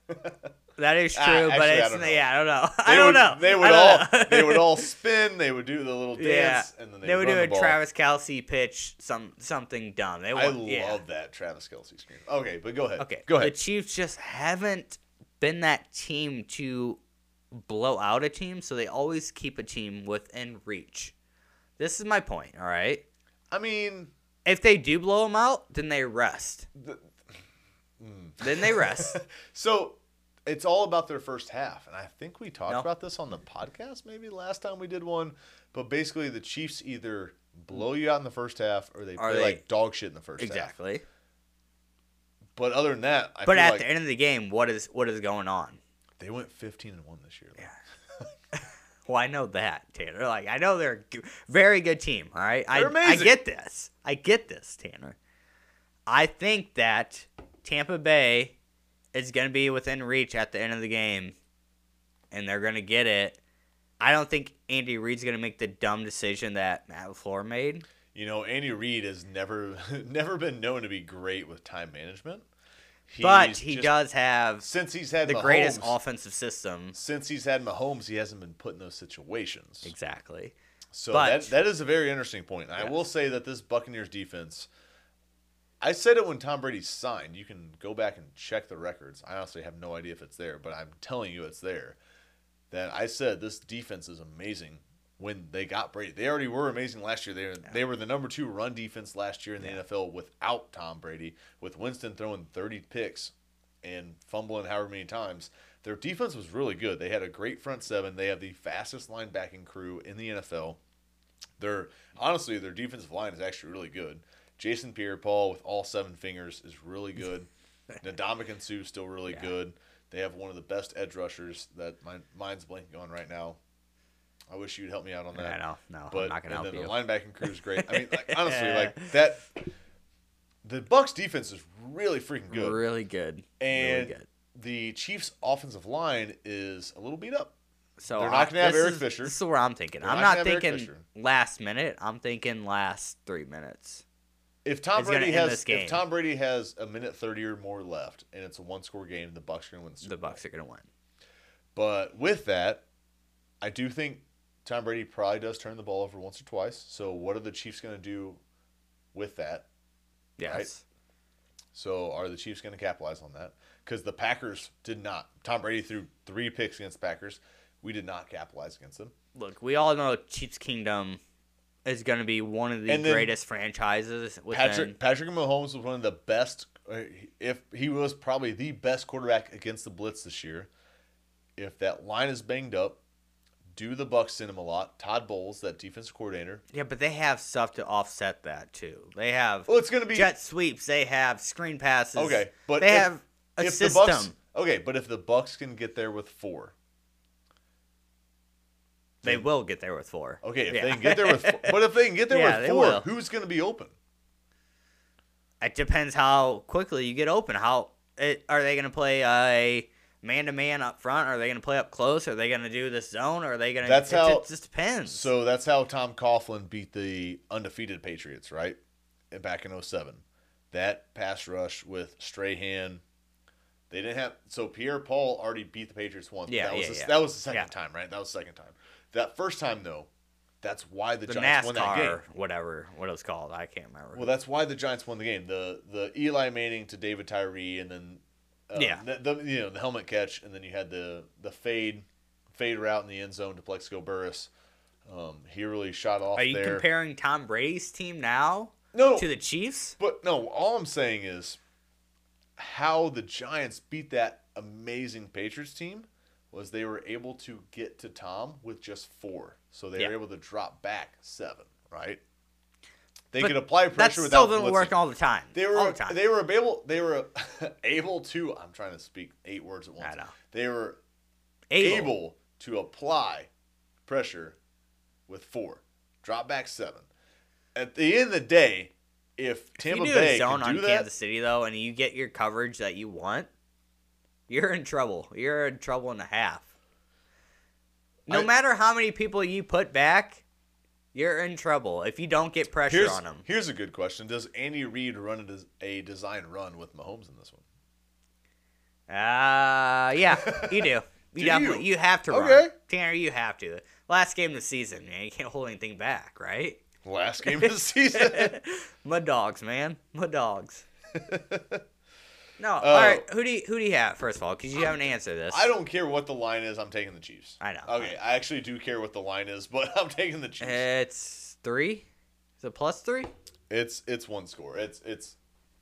that is true.
Ah,
but
actually, I
it's
don't know.
yeah, I don't know. [LAUGHS]
They
I don't
would-
know.
They
I
would
don't
all
know.
they would all spin. They would do the little
[LAUGHS] yeah.
dance, and then
they,
they,
would
run
do
the
a
ball.
Travis Kelsey pitch, some something dumb. They would,
I
yeah.
love that Travis Kelsey scream. Okay, but go ahead.
Okay.
go
The
ahead.
Chiefs just haven't been that team to blow out a team, so they always keep a team within reach. This is my point, all right?
I mean,
If they do blow them out, then they rest.
The-
then they
[LAUGHS]
rest.
so it's all about their first half, and I think we talked
No.
about this on the podcast maybe last time we did one. But basically, the Chiefs either blow you out in the first half, or they
Or
play
they-
like dog shit in the first half.
exactly.
But other than that, I
But
feel
at
like
the end of the game, what is what is going on?
they went 15 and one this year. Like,
Well, I know that, Tanner. Like I know they're a g- very good team. All right, I,
They're
I
amazing.
get this. I get this, Tanner. I think that Tampa Bay is going to be within reach at the end of the game, and they're going to get it. I don't think Andy Reid's going to make the dumb decision that Matt Lafleur made.
You know, Andy Reid has never [LAUGHS] never been known to be great with time management.
but
He's
he
just-
does have
since he's had
the greatest
Mahomes-
offensive system.
Since he's had Mahomes, he hasn't been put in those situations.
Exactly.
So
But-
that that is a very interesting point. And I will say that this Buccaneers defense, I said it when Tom Brady signed. You can go back and check the records. I honestly have no idea if it's there, but I'm telling you it's there. That I said this defense is amazing when they got Brady. They already were amazing last year. They were, they were the number two run defense last year in the NFL without Tom Brady, with Winston throwing 30 picks and fumbling however many times. Their defense was really good. They had a great front seven. They have the fastest linebacking crew in the NFL. Their honestly, their defensive line is actually really good. Jason Pierre-Paul with all seven fingers is
[LAUGHS]
really good. Ndamukong Suh still really good. They have one of the best edge rushers that my mind's blanking on right now. I wish you'd help me out on that.
I know. No,
But
I'm not going to
and
help
then
you.
the linebacking crew is great. I mean,
[LAUGHS]
like, honestly, like that. The Bucks defense is really freaking good,
Really good.
and
really good.
the Chiefs' offensive line is a little beat up.
So
They're not
I-
gonna have
this
Eric
is-
Fisher.
This is where I'm thinking.
They're
I'm
not
not,
gonna have
thinking
Eric Fisher.
last minute. I'm thinking last three minutes.
If Tom
It's gonna
Brady
end
has
this game.
if Tom Brady has a minute thirty or more left, and it's a one score game, the Bucks are gonna win. The Super
The
Bowl.
Bucks are gonna win.
But with that, I do think Tom Brady probably does turn the ball over once or twice. So what are the Chiefs gonna do with that?
Yes.
So are the Chiefs going to capitalize on that? Because the Packers did not. Tom Brady threw three picks against the Packers. We did not capitalize against them.
Look, we all know Chiefs Kingdom is gonna be one of the
And then
greatest franchises within.
Patrick Patrick Mahomes was one of the best. uh, If he was probably the best quarterback against the blitz this year. If that line is banged up, do the Bucks send him a lot? Todd Bowles, that defensive coordinator.
yeah, but they have stuff to offset that too. They have
Well, it's going to be
jet sweeps. They have screen passes.
Okay, but
they
if-
have a
if
system.
the Bucks. Okay, but if the Bucks can get there with four,
they will get there with four.
okay, if
Yeah.
they
[LAUGHS]
can get there with, four, but if they can get there
Yeah,
with
they
four,
will.
who's going to be open?
It depends how quickly you get open. How it, are they going to play uh, a man to man up front? Are they going to play up close? Are they going to do this zone? Are they going to?
That's
it,
how-
It just depends.
So that's how Tom Coughlin beat the undefeated Patriots, right? Back in 07. That pass rush with Strahan. They didn't have so Pierre Paul already beat the Patriots once. but
Yeah,
that was
yeah,
the,
yeah.
that was the second
Yeah.
time, right? That was the second time. That first time though, that's why the,
the
Giants won that game.
NASCAR, whatever what it was called, I can't remember.
Well, that's why the Giants won the game. The the Eli Manning to David Tyree, and then uh,
Yeah.
the, the- you know the helmet catch, and then you had the the fade fade route in the end zone to Plexico Burris. Um, he really shot off
Are you
there.
comparing Tom Brady's team now
no,
to the Chiefs?
but no. All I'm saying is how the Giants beat that amazing Patriots team was they were able to get to Tom with just four, so they
Yeah.
were able to drop back seven, right? They
But
could apply pressure
That
without
still doesn't
blitzing.
work all the time.
They were
all the time.
they were able they were [LAUGHS] able to I'm trying to speak eight words at once.
I know.
They were
Able.
able. to apply pressure with four. Drop back seven. At the end of the day, if
If
Tampa
you do
Bay
a zone
can
on
do that,
Kansas City though, and you get your coverage that you want, you're in trouble. You're in trouble and a half. No
I-
matter how many people you put back, you're in trouble if you don't get pressure
here's,
on them.
here's a good question. Does Andy Reid run a, des- a design run with Mahomes in this one?
Uh, yeah, you do.
[LAUGHS]
You
Do
definitely
you?
you? have to
Okay.
run. Tanner, you have to. Last game of the season, man. You can't hold anything back, right?
Last
[LAUGHS]
game of the season.
Mud dogs, man. Mud
[LAUGHS]
dogs. no, all right. Who do you, who do you have first of all? Because you haven't answered this.
Oh. I don't care what the line is. I'm taking the Chiefs.
I know.
Okay, I actually do care what the line is, but [LAUGHS] I'm taking the Chiefs.
It's three. Is it plus three?
It's it's one score. It's it's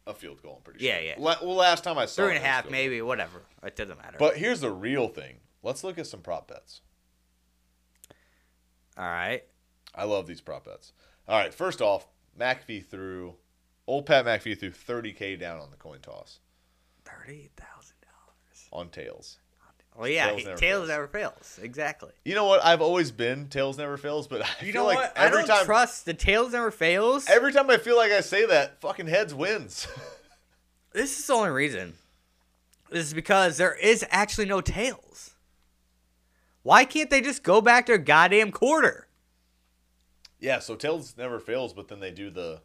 a field goal. I'm pretty
Yeah,
sure.
yeah.
La- well, last time I saw
Three and
it,
a
it was
half,
field goal.
maybe. Whatever. It doesn't matter.
But here's the real thing. Let's look at some prop bets.
all right.
I love these prop bets. All right, first off, McAfee threw old Pat McAfee threw 30k down on the coin toss
Thirty thousand dollars.
on tails.
Well, yeah.
Tails
he-
never
Tails,
fails.
never fails. Exactly.
You know what? I've always been tails never fails, but [LAUGHS] I feel like
I
every
don't
time
trust the tails never fails.
every time I feel like I say that, fucking heads wins. [LAUGHS]
This is the only reason. This is because there is actually no tails. Why can't they just go back their goddamn quarter?
yeah, so tails never fails, but then they do the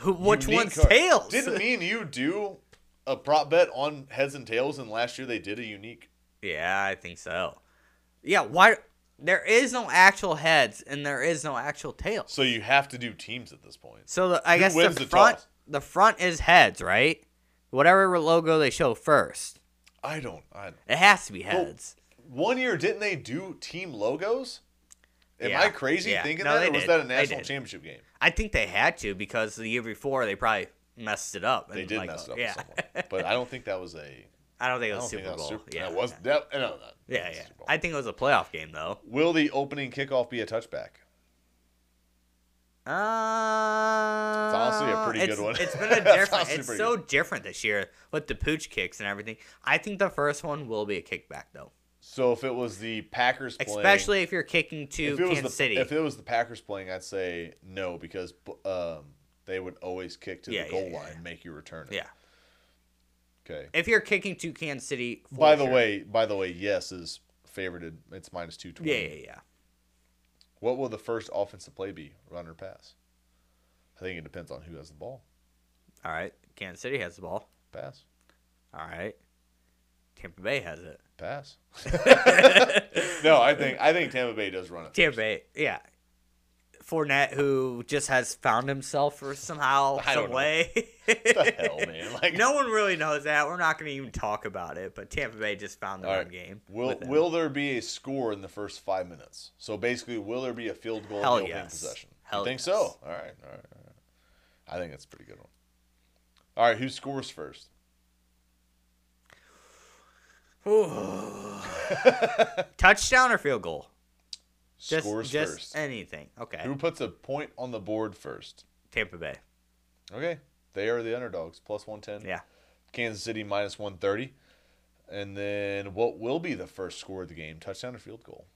Who, which
unique
one's
card.
tails?
Didn't me and you do a prop bet on heads and tails, and last year they did a unique.
Yeah, I think so. Yeah, why? There is no actual heads and there is no actual tails.
So you have to do teams at this point.
So the, I
Who
guess the
wins the
front
toss?
the front is heads, right? Whatever logo they show first,
I don't. I don't.
it has to be heads.
One year didn't they do team logos? Am
Yeah.
I crazy
Yeah.
thinking
No,
that,
they
or was
did.
that a
They
national
did.
championship game?
I think they had to because the year before they probably messed it up.
They
and,
did
like,
mess it up.
Yeah,
With someone. But I don't think that was a.
[LAUGHS] I don't think
I
it
don't
was
think
Super
that was
Bowl.
Super.
yeah,
That was that. No, no, that
Yeah,
was
yeah.
Super Bowl.
I think it was a playoff game though.
Will the opening kickoff be a touchback?
Uh,
honestly a pretty good
it's-
one. [LAUGHS]
It's been a
It's
different.
honestly
it's
pretty
so different this year with the pooch kicks and everything. I think the first one will be a kickback though,
So if it was the Packers, playing,
especially if you're kicking to
if it was
Kansas
the
City.
if it was the Packers playing, I'd say no because um, they would always kick to
Yeah,
the
yeah,
goal
yeah,
line, make you return it.
yeah,
Okay.
if you're kicking to Kansas City. for
By the
sure.
way, by the way, yes is favorited. It's minus two twenty.
Yeah, yeah, yeah.
What will the first offensive play be? Run or pass? I think it depends on who has the ball.
All right, Kansas City has the ball.
Pass.
All right, Tampa Bay has it. [LAUGHS]
Pass. [LAUGHS] no, I think I think Tampa Bay does run it.
Tampa Bay, yeah. Fournette, who just has found himself or somehow
I don't
some
know.
way.
What the
[LAUGHS]
hell, man? Like
no one really knows that. We're not going to even talk about it. But Tampa Bay just found their
All
own
right.
game.
Will
with him.
Will there be a score in the first five minutes? So basically, will there be a field goal in the
Hell
opening
yes.
possession?
Hell
you think
yes.
so? All right, all right, all right. I think that's a pretty good one. All right, who scores first? [LAUGHS]
touchdown or field goal? Just,
scores
just
first.
anything. Okay.
Who puts a point on the board first?
Tampa Bay.
Okay, they are the underdogs, plus one ten.
Yeah.
Kansas City minus 130. And then what will be the first score of the game? Touchdown or field goal?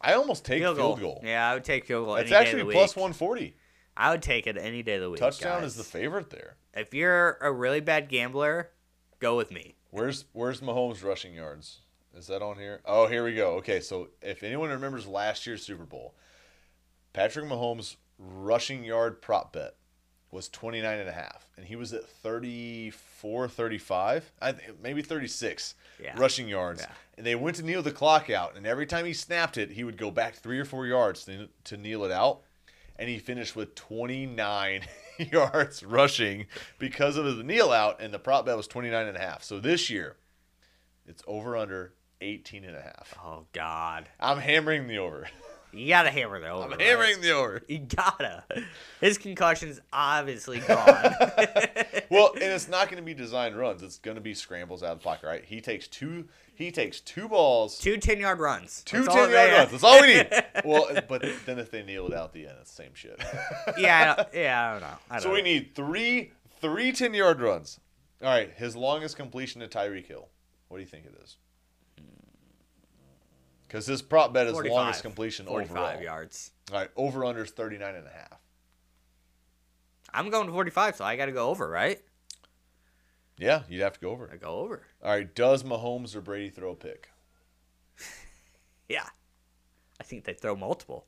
I almost take field, goal.
Yeah, I would take field goal. any
That's
day
actually
of the
plus
week.
140.
I would take it any day of the week.
Touchdown
guys.
is the favorite there.
If you're a really bad gambler, go with me.
Where's Where's Mahomes rushing yards? Is that on here? Oh, here we go. Okay, so if anyone remembers last year's Super Bowl, Patrick Mahomes rushing yard prop bet was 29 and a half and he was at 34 35 I th- maybe 36
Yeah.
rushing yards
Yeah.
and they went to kneel the clock out and every time he snapped it he would go back 3 or 4 yards to, to kneel it out and he finished with 29 [LAUGHS] yards rushing because of his kneel out and the prop bet was 29 and a half so this year it's over under 18 and a half
Oh God,
i'm hammering the over
you gotta hammer the over.
[LAUGHS] i'm
right?
hammering the over
You gotta. His concussion's obviously gone.
[LAUGHS] [LAUGHS] well, and it's not going to be design runs. It's going to be scrambles out of the pocket, right? He takes two. He takes two balls,
Two 10 yard runs.
two
That's all
ten yard
they-
runs. That's all we need. [LAUGHS] Well, but then if they kneel it out the end, it's the same [LAUGHS] shit.
[LAUGHS] yeah, I don't, yeah, I don't know. I don't
so
know.
we need three three 10 yard runs. All right, his longest completion to Tyreek Hill. What do you think it is? Mm. Because his prop bet is
45,
longest completion
45
overall.
yards.
All right, over under is 39 and a half.
I'm going 45, so I gotta go over, right?
Yeah, you'd have to go over.
I
it.
go over.
All right, does Mahomes or Brady throw a pick?
Yeah. I think they throw multiple.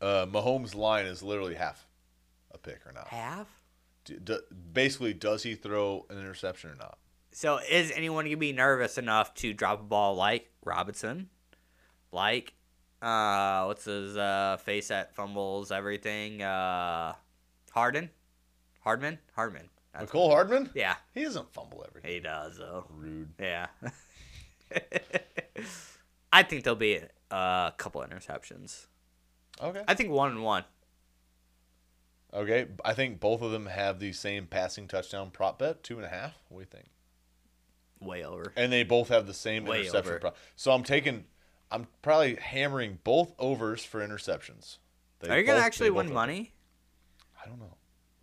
uh, Mahomes' line is literally half a pick or not.
Half?
D- d- basically, does he throw an interception or not?
So is anyone gonna be nervous enough to drop a ball like Robinson? Like uh what's his uh face at fumbles everything? Uh Harden? Hardman? Hardman. That's-
Nicole Hardman?
yeah.
He doesn't fumble everything.
He does though.
Rude.
Yeah. [LAUGHS] I think there'll be uh, a couple interceptions.
Okay.
I think one and one.
Okay. I think both of them have the same passing touchdown prop bet, two and a half. What do you think?
Way over.
And they both have the same
Way
interception
over.
prop. So I'm taking, I'm probably hammering both overs for interceptions. They
Are you gonna
both- they
actually
both
win
over.
money?
I don't know.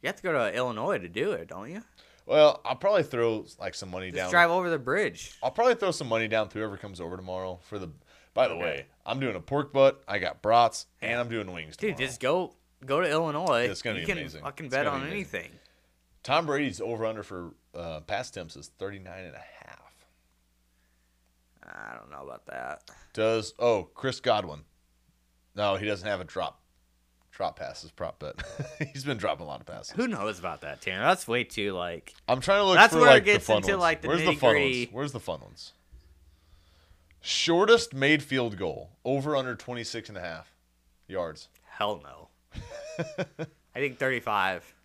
You have to go to Illinois to do it, don't you?
Well, I'll probably throw like some money
Just
down.
drive over the bridge.
I'll probably throw some money down to whoever comes over tomorrow for the. By the
Okay.
way, I'm doing a pork butt. I got brats and I'm doing wings
Dude,
tomorrow.
just go go to Illinois.
It's gonna
you
be
can
amazing.
fucking
It's
bet on
gonna be amazing.
anything.
Tom Brady's over under for uh, pass attempts is 39 and a half.
I don't know about that.
Does oh Chris Godwin? No, he doesn't have a drop. Drop passes prop bet. [LAUGHS] He's been dropping a lot of passes.
Who knows about that, Tanner? That's way too like
I'm trying to look.
That's
for,
where it
like,
gets
the fun
into,
ones.
like, the
Where's the fun ones?
nitty-gritty.
Where's the fun ones? Shortest made field goal over under 26 and a half yards.
hell
[LAUGHS]
no. I think thirty five.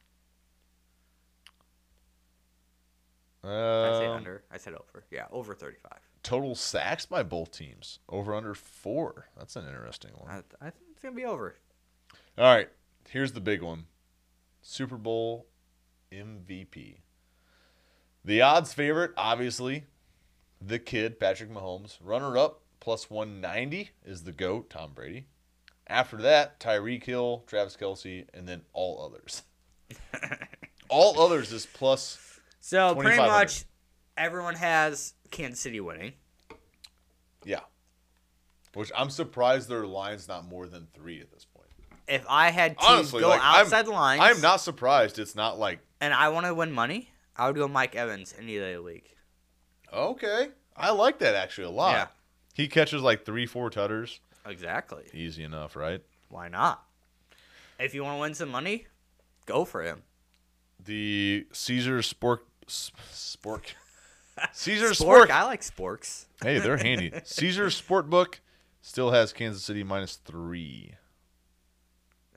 I said
Um,
under. I said over. Yeah, over thirty five.
total sacks by both teams over under four that's an interesting one
I, I think it's gonna be over.
all right here's the big one super bowl mvp the odds favorite obviously the kid patrick mahomes runner up plus 190 is the goat tom brady after that tyreek hill travis kelsey and then all others all others is plus
So pretty
2500.
much everyone has Kansas City winning.
yeah which i'm surprised their line's not more than three at this point
If I had to
honestly,
go
like,
outside
I'm,
the lines
I'm not surprised. It's not like
and I want to win money, I would go Mike Evans any day of the week.
okay. I like that actually a lot.
Yeah.
He catches like three, four tutters.
Exactly.
Easy enough, right?
Why not? If you want to win some money, go for him.
The Caesar Spork s-
[LAUGHS]
Spork Caesar
Spork,
Spork.
I like sporks.
Hey, they're
[LAUGHS]
handy. Caesar Sportbook still has Kansas City minus three.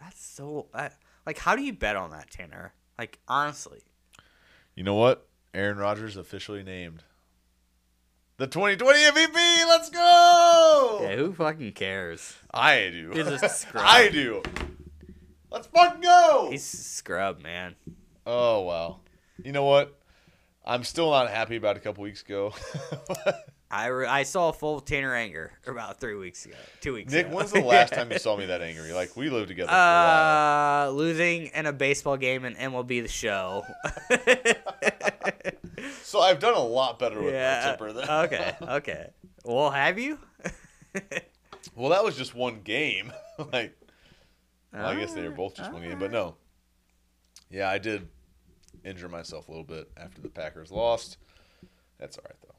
That's so. That, like, how do you bet on that, Tanner? Like, honestly.
You know what? Aaron Rodgers officially named the 2020 MVP. Let's go!
Yeah, who fucking cares?
I do.
He's
[LAUGHS]
a scrub.
I do. Let's fucking go.
He's a scrub, man.
Oh wow. You know what? I'm still not happy about a couple weeks ago. [LAUGHS]
I, re- I saw a full Tanner anger about three weeks ago, two weeks
Nick,
ago.
when's the
[LAUGHS]
last time you saw me that angry? Like we lived together for a while.
Uh, losing in a baseball game in MLB the
[LAUGHS]
show. [LAUGHS]
So I've done a lot better with my
yeah. uh,
temper than
Okay. Okay. Well, have you?
[LAUGHS] Well, that was just one game. [LAUGHS] like well, I guess they were both just one game, but no. Yeah, I did injure myself a little bit after the Packers lost. That's all right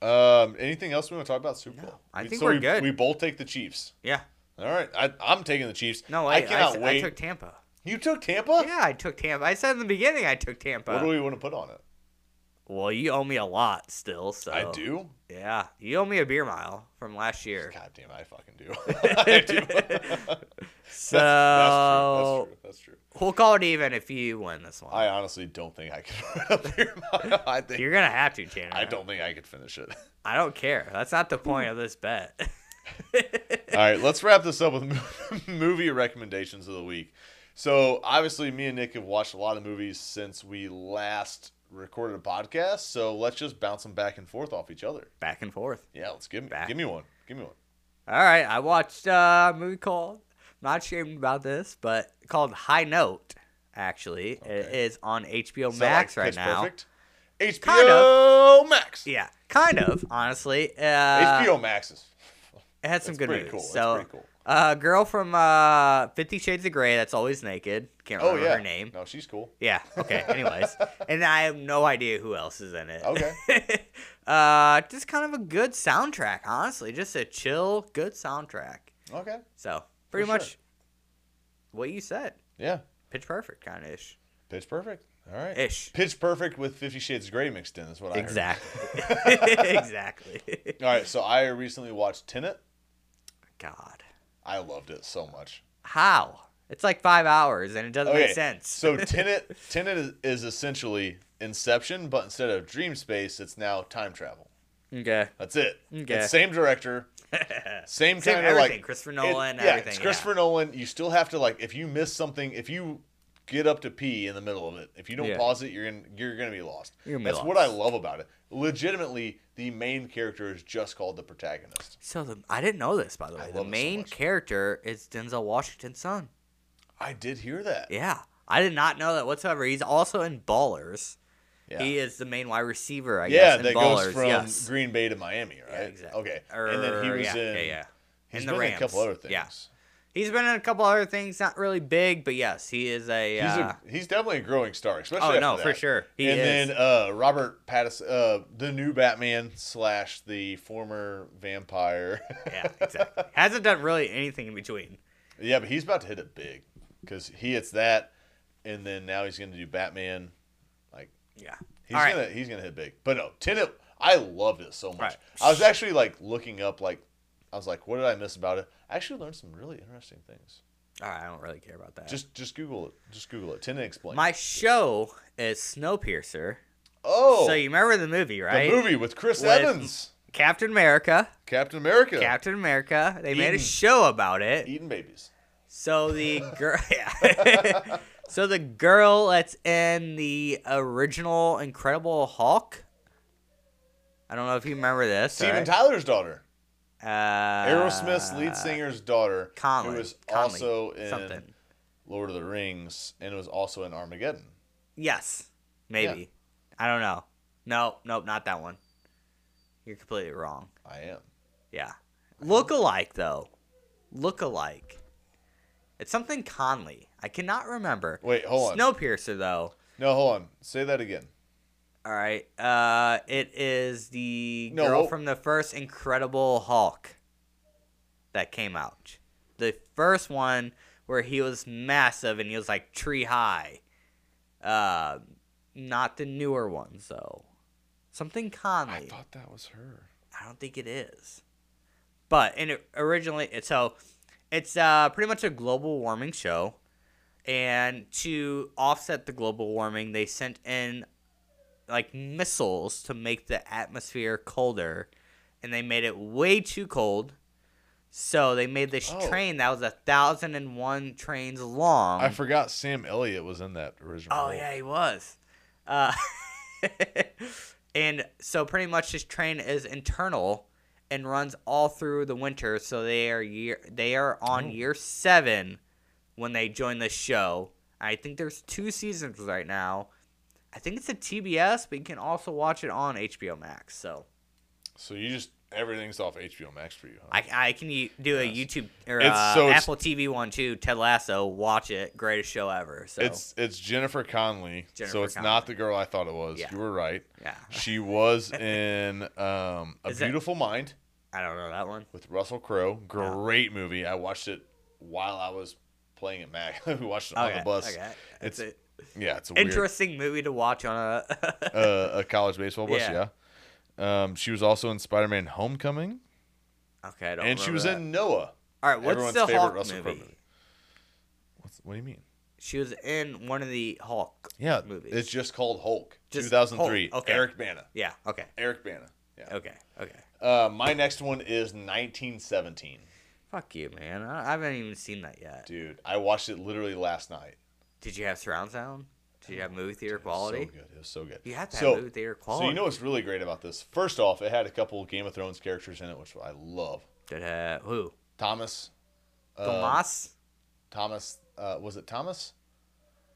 though. Um, anything else we want to talk about Super
No,
Bowl?
I
We-
think
so
we're
we,
good.
We both take the Chiefs.
Yeah.
All right, I, I'm taking the Chiefs.
No,
I,
I, I,
cannot
I
wait.
took Tampa.
you took Tampa.
Yeah, I took Tampa. I said in the beginning I took Tampa.
What do we want to put on it?
well, you owe me a lot still, so
I do.
Yeah, you owe me a beer mile from last
[LAUGHS]
year.
God damn, I fucking do. [LAUGHS]
[LAUGHS]
I do.
So
That's, true. That's true. That's true.
we'll call it even if you win this one.
I honestly don't think I could run up here. [LAUGHS] I think
You're gonna have to, Tanner.
I don't think I could finish it.
I don't care. That's not the point of this
[LAUGHS]
bet. [LAUGHS]
All right, let's wrap this up with mo- [LAUGHS] movie recommendations of the week. So, obviously, me and Nick have watched a lot of movies since we last recorded a podcast. So, let's just bounce them back and forth off each other.
Back and forth.
Yeah, let's give me
Back.
give me one. Give me one.
All right, I watched uh, a movie called. Not ashamed about this, but called High Note. Actually, it
Okay.
is on HBO
Is that
Max
like
right
Pitch
now.
Perfect? HBO
Kind
Max.
Yeah, kind of. Honestly, uh,
HBO Max is
It had some
That's
good
pretty
movies.
cool. That's
So,
pretty cool.
uh, girl from uh, Fifty Shades of Grey that's always naked. Can't
Oh
remember
yeah.
her name.
No, she's cool.
Yeah.
[LAUGHS]
Okay. Anyways, and I have no idea who else is in it.
Okay.
[LAUGHS] uh, just kind of a good soundtrack, honestly. Just a chill, good soundtrack.
Okay.
So pretty
sure.
much what you said.
Yeah.
Pitch perfect, kind of
[LAUGHS]
ish.
Pitch Perfect. All right.
Ish.
Pitch Perfect with Fifty Shades of Grey mixed in. That's what I heard. [LAUGHS]
Exactly. [LAUGHS] exactly.
All right. So I recently watched Tenet.
God,
I loved it so much.
how? It's like five hours, and it doesn't make sense. [LAUGHS]
so Tenet, Tenet is, is essentially Inception, but instead of dream space, it's now time travel.
okay.
That's it.
Okay.
It's
[LAUGHS]
same director,
Same
same kind of
everything.
like
Christopher
It-
Nolan.
yeah,
everything.
it's
yeah.
Christopher Nolan. You still have to like if you miss something, if you get up to pee in the middle of it, if you don't
Yeah.
pause it, you're gonna you're gonna be lost.
You're gonna be
That's what I
lost.
love about it. Legitimately, the main character is just called the protagonist.
So the I didn't know this by the
I
way.
love
The
it so
main
much.
character is Denzel Washington's son.
I did hear that.
Yeah, I did not know that whatsoever. He's also in Ballers.
Yeah,
He is the main wide receiver, I
Yeah,
guess. in
that
Ballers.
goes from
yes.
Green Bay to Miami, right?
Yeah, exactly.
Okay, and then he
Or-
was
yeah,
in.
yeah, yeah.
He's
In the
been in a
Rams.
couple other things.
Yeah. He's been in a couple other things, not really big, but yes, he is a.
He's,
uh,
a, he's definitely a growing star, especially.
oh
after
no,
that.
for sure. He
and
is.
then uh, Robert Pattinson, uh, the new Batman slash the former vampire. [LAUGHS]
yeah, exactly. Hasn't done really anything in between.
yeah, but he's about to hit it big because he hits that, and then now he's going to do Batman. Like
Yeah.
he's
All right.
gonna he's gonna hit big. But no, Tenet, I loved it so much.
Right.
I was actually like looking up like. I was like, "What did I miss about it?" I actually learned some really interesting things.
All right. I don't really care about that.
Just, just Google it. Just Google it. Tenet explained.
my show is Snowpiercer.
oh,
So you remember the movie,
the
right?
movie with Chris
With-
Evans,
Captain America.
Captain America,
Captain America. They made a
Eden.
show about it.
eating babies.
So the girl, [LAUGHS] yeah. [LAUGHS] so the girl that's in the original Incredible Hulk. I don't know if you remember this.
Steven
right?
Tyler's daughter.
uh,
Aerosmith's lead singer's daughter,
Conley,
who was
Conley,
also in
something.
Lord of the Rings and was also in Armageddon.
Yes, maybe. I don't know. No, nope, not that one. You're completely wrong.
I am.
Yeah. Look alike though. Look alike. It's something Conley. I cannot remember.
Wait, hold on.
Snowpiercer though.
No, hold on. Say that again.
All right. Uh, it is the
No,
girl
oh.
from the first Incredible Hulk that came out. The first one where he was massive and he was like tree high. Uh, not the newer ones though. Something Conley.
I thought that was her.
I don't think it is. But and it originally, it's so it's uh, pretty much a global warming show, and to offset the global warming, they sent in like missiles to make the atmosphere colder, and they made it way too cold. So they made this
Oh.
train that was a thousand and one trains long.
I forgot Sam Elliott was in that original.
Oh
role.
yeah, he was. Uh, [LAUGHS] and so pretty much this train is internal and runs all through the winter. So they are year they are
Oh.
on year seven when they join the show. I think there's two seasons right now. I think it's a TBS, but you can also watch it on HBO Max. So
So you just everything's off HBO Max for you. Huh?
I, I can u- do a YouTube or
It's
uh,
so ex-
Apple TV one too. Ted Lasso, watch it, greatest show ever. So
It's it's Jennifer Conley,
Jennifer
so it's not
Connelly.
the girl I thought it was.
Yeah.
You were right.
Yeah. [LAUGHS]
She was in um, A
Is that-
Beautiful Mind
I don't know that one.
with Russell Crowe. Great movie. I watched it while I was playing at Mac. [LAUGHS] we watched it on
Okay,
the bus.
okay. That's
It's-
it.
Yeah, it's a weird,
interesting movie to watch on a. [LAUGHS]
uh, a college baseball bus.
Yeah.
Yeah. Um, she was also in Spider-Man: Homecoming,
okay, I don't
and she
remember
was
that.
in Noah.
All right, what's
everyone's
the
favorite
Hulk
Russell
movie?
Crowe movie. What's, what do you mean?
She was in one of the Hulk.
Yeah,
movies.
it's just called Hulk.
Just
2003.
Hulk, okay.
Eric Bana.
Yeah. Okay.
Eric Bana. Yeah.
Okay. Okay.
Uh, my next one is 1917.
Fuck you, man. I, I haven't even seen that yet.
Dude, I watched it literally last night.
Did you have surround sound? Did you have movie theater
So
quality?
good. It was so good.
You have to have
so,
movie theater
So you
quality.
know what's really great about this? First off, it had a couple of Game of Thrones characters in it, which I love.
Did uh, who?
Thomas. uh,
Tomas.
Thomas. Uh, was it Thomas? [LAUGHS]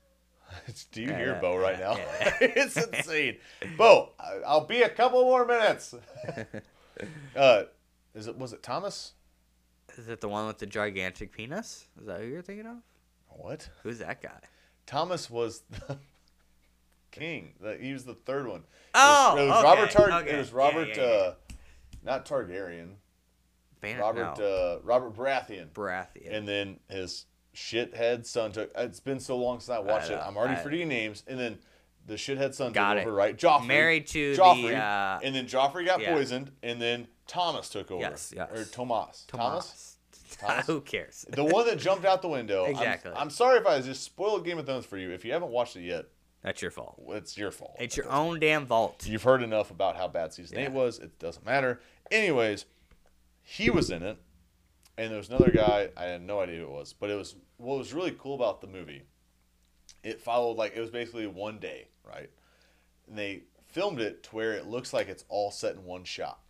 Do you
Yeah,
hear
yeah,
Bo right
yeah,
now?
yeah.
[LAUGHS] it's insane. Bo, I- I'll be a couple more minutes. [LAUGHS] uh, is it was it Thomas?
Is it the one with the gigantic penis? Is that who you're thinking of?
What?
Who's that guy?
Thomas was the [LAUGHS] king. The- he was the third one. It was-
Oh,
it was,
okay,
Robert. Tar-
okay.
It was Robert.
Yeah, yeah, yeah.
Uh, not Targaryen.
Ban-
Robert.
no.
Uh, Robert Baratheon.
Baratheon.
and then his shithead son took. It's been so long since I watched
I
it.
know,
I'm already
I-
forgetting names. And then the shithead son
Got
took
it.
over, right? Joffrey.
Married to the,
Joffrey.
uh,
and then Joffrey got
yeah.
poisoned. And then Thomas took over.
Yes, yes.
Or Tomas. Thomas.
Tomas. [LAUGHS]
Thomas?
who cares?
the one that jumped out
[LAUGHS]
the window. I'm-
Exactly.
I'm, sorry if I just spoiled Game of Thrones for you. If you haven't watched it yet,
That's your fault.
it's your fault.
It's your own damn vault.
You've heard enough about how bad season
Yeah.
eight was. It doesn't matter. Anyways, he was in it, and there was another guy. I had no idea who it was, but it was what was really cool about the movie. It followed like it was basically one day, right? And they filmed it to where it looks like it's all set in one shot.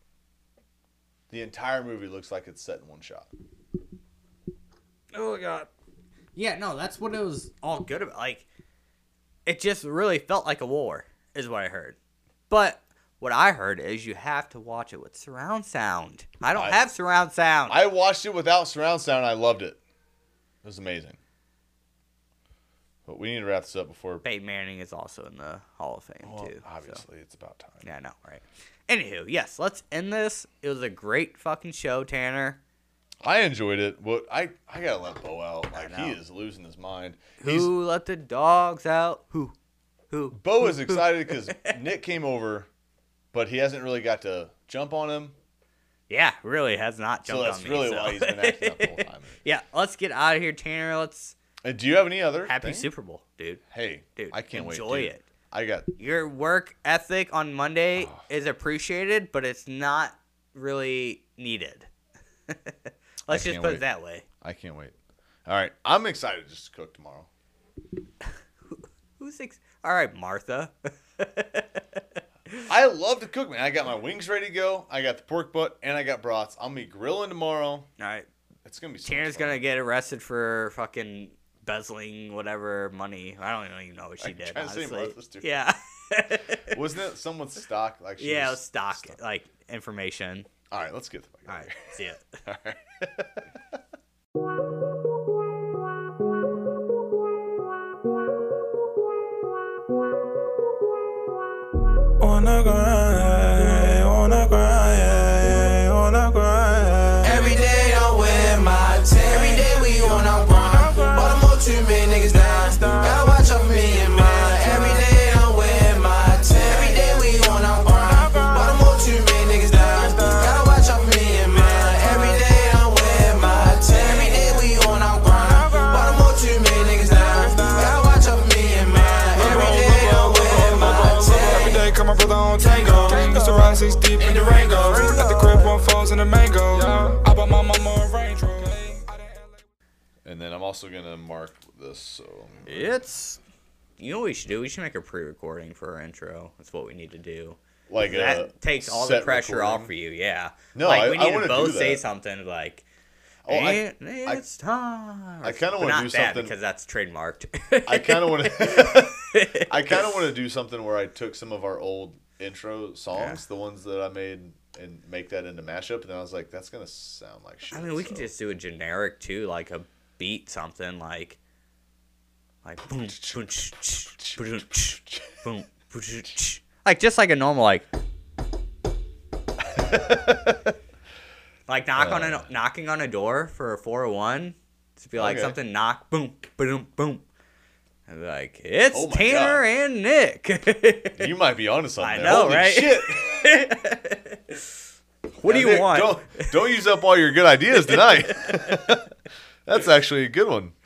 The entire movie looks like it's set in one shot.
Oh god. Yeah, no, that's what it was all good about. Like, it just really felt like a war, is what I heard. But what I heard is you have to watch it with surround sound. I don't
I-
have surround sound.
I watched it without surround sound. I loved it. It was amazing. But we need to wrap this up before.
Peyton Manning is also in the Hall of Fame
Well,
too. so-
obviously, it's about time.
Yeah, I know, right? Anywho, yes, let's end this. It was a great fucking show, Tanner.
I enjoyed it. What I I gotta let Bo out. Like
know.
he is losing his mind. He's,
Who let the dogs out? Who? Who? [LAUGHS]
Bo is excited because Nick came over, but he hasn't really got to jump on him.
Yeah, really has not
So
jumped on
that's
me.
really
so.
why he's been acting up the whole time.
[LAUGHS] yeah, let's get out of here, Tanner. Let's
Uh, do you have any other?
happy
thing?
Super Bowl, dude.
Hey,
Dude,
I can't
enjoy
wait. dude.
it.
I got
Your work ethic on Monday
Oh.
is appreciated, but it's not really needed. [LAUGHS] let's just
can't
put
wait.
it that way.
I can't wait. All right, I'm excited just to cook tomorrow.
Who's ex- all right, Martha? [LAUGHS]
I love to cook, man. I got my wings ready to go. I got the pork butt and I got brats. I'm gonna be grilling tomorrow.
all right,
It's gonna be. So much
Tanner's
fun.
gonna get arrested for fucking bezzling whatever money. I don't even know what she
I'm
did.
trying to say
honestly.
Martha's stupid.
yeah, [LAUGHS]
Wasn't it [LAUGHS] someone's stock? Like she
yeah,
was-
stock like information.
All right, let's get the fuck out
All
of
right,
here.
see ya. [LAUGHS]
Wanna grind, wanna grind, wanna grind.
Every day I'm with my team. Every day we on our grind. But I'm on too many niggas down. Gotta watch out for me and mine. Every day I'm with my team. Every day we on our grind. But I'm on too many niggas down. Gotta watch out for me and mine. Every day I'm with my team. Every day we on our grind. But I'm on too many niggas down. Gotta watch out for me and mine. Every day I'm with my
Every
team.
day, call my brother on tango. Used to ride six deep in the Rango. At the crib, one phones and a mango. I bought my mama a Range Rover.
And then I'm also gonna mark this. So
It's you know what we should do? We should make a pre-recording for our intro. That's what we need to do.
like a
that takes all the
set
pressure off for
recording.
you. Yeah.
No,
like
I-
we
I
need to
wanna
both
do
say
that.
something like
Oh, I,
"And it's time.
I kinda
But
wanna
not
do
that
something-
because that's trademarked. [LAUGHS]
I kind of want to. I kind of want to do something where I took some of our old intro songs, the ones that I made and make that into mashup. And I was like, that's gonna sound like shit.
I mean, we
so-
could just do a generic too, like a beat something like like boom, boom, ch- ch- boom, ch- boom, boom, ch- ch- like just like a normal like [LAUGHS] like knock on a knocking on a door for a 401 to be like
Uh. Okay.
something knock boom boom boom and be like it's
Oh my
Tanner
God.
and Nick. [LAUGHS]
You might be onto something.
I
there.
know,
Holy
right?
Shit.
what do you
Nick,
want? [LAUGHS]
Don't, don't use up all your good ideas tonight. [LAUGHS] That's actually a good one.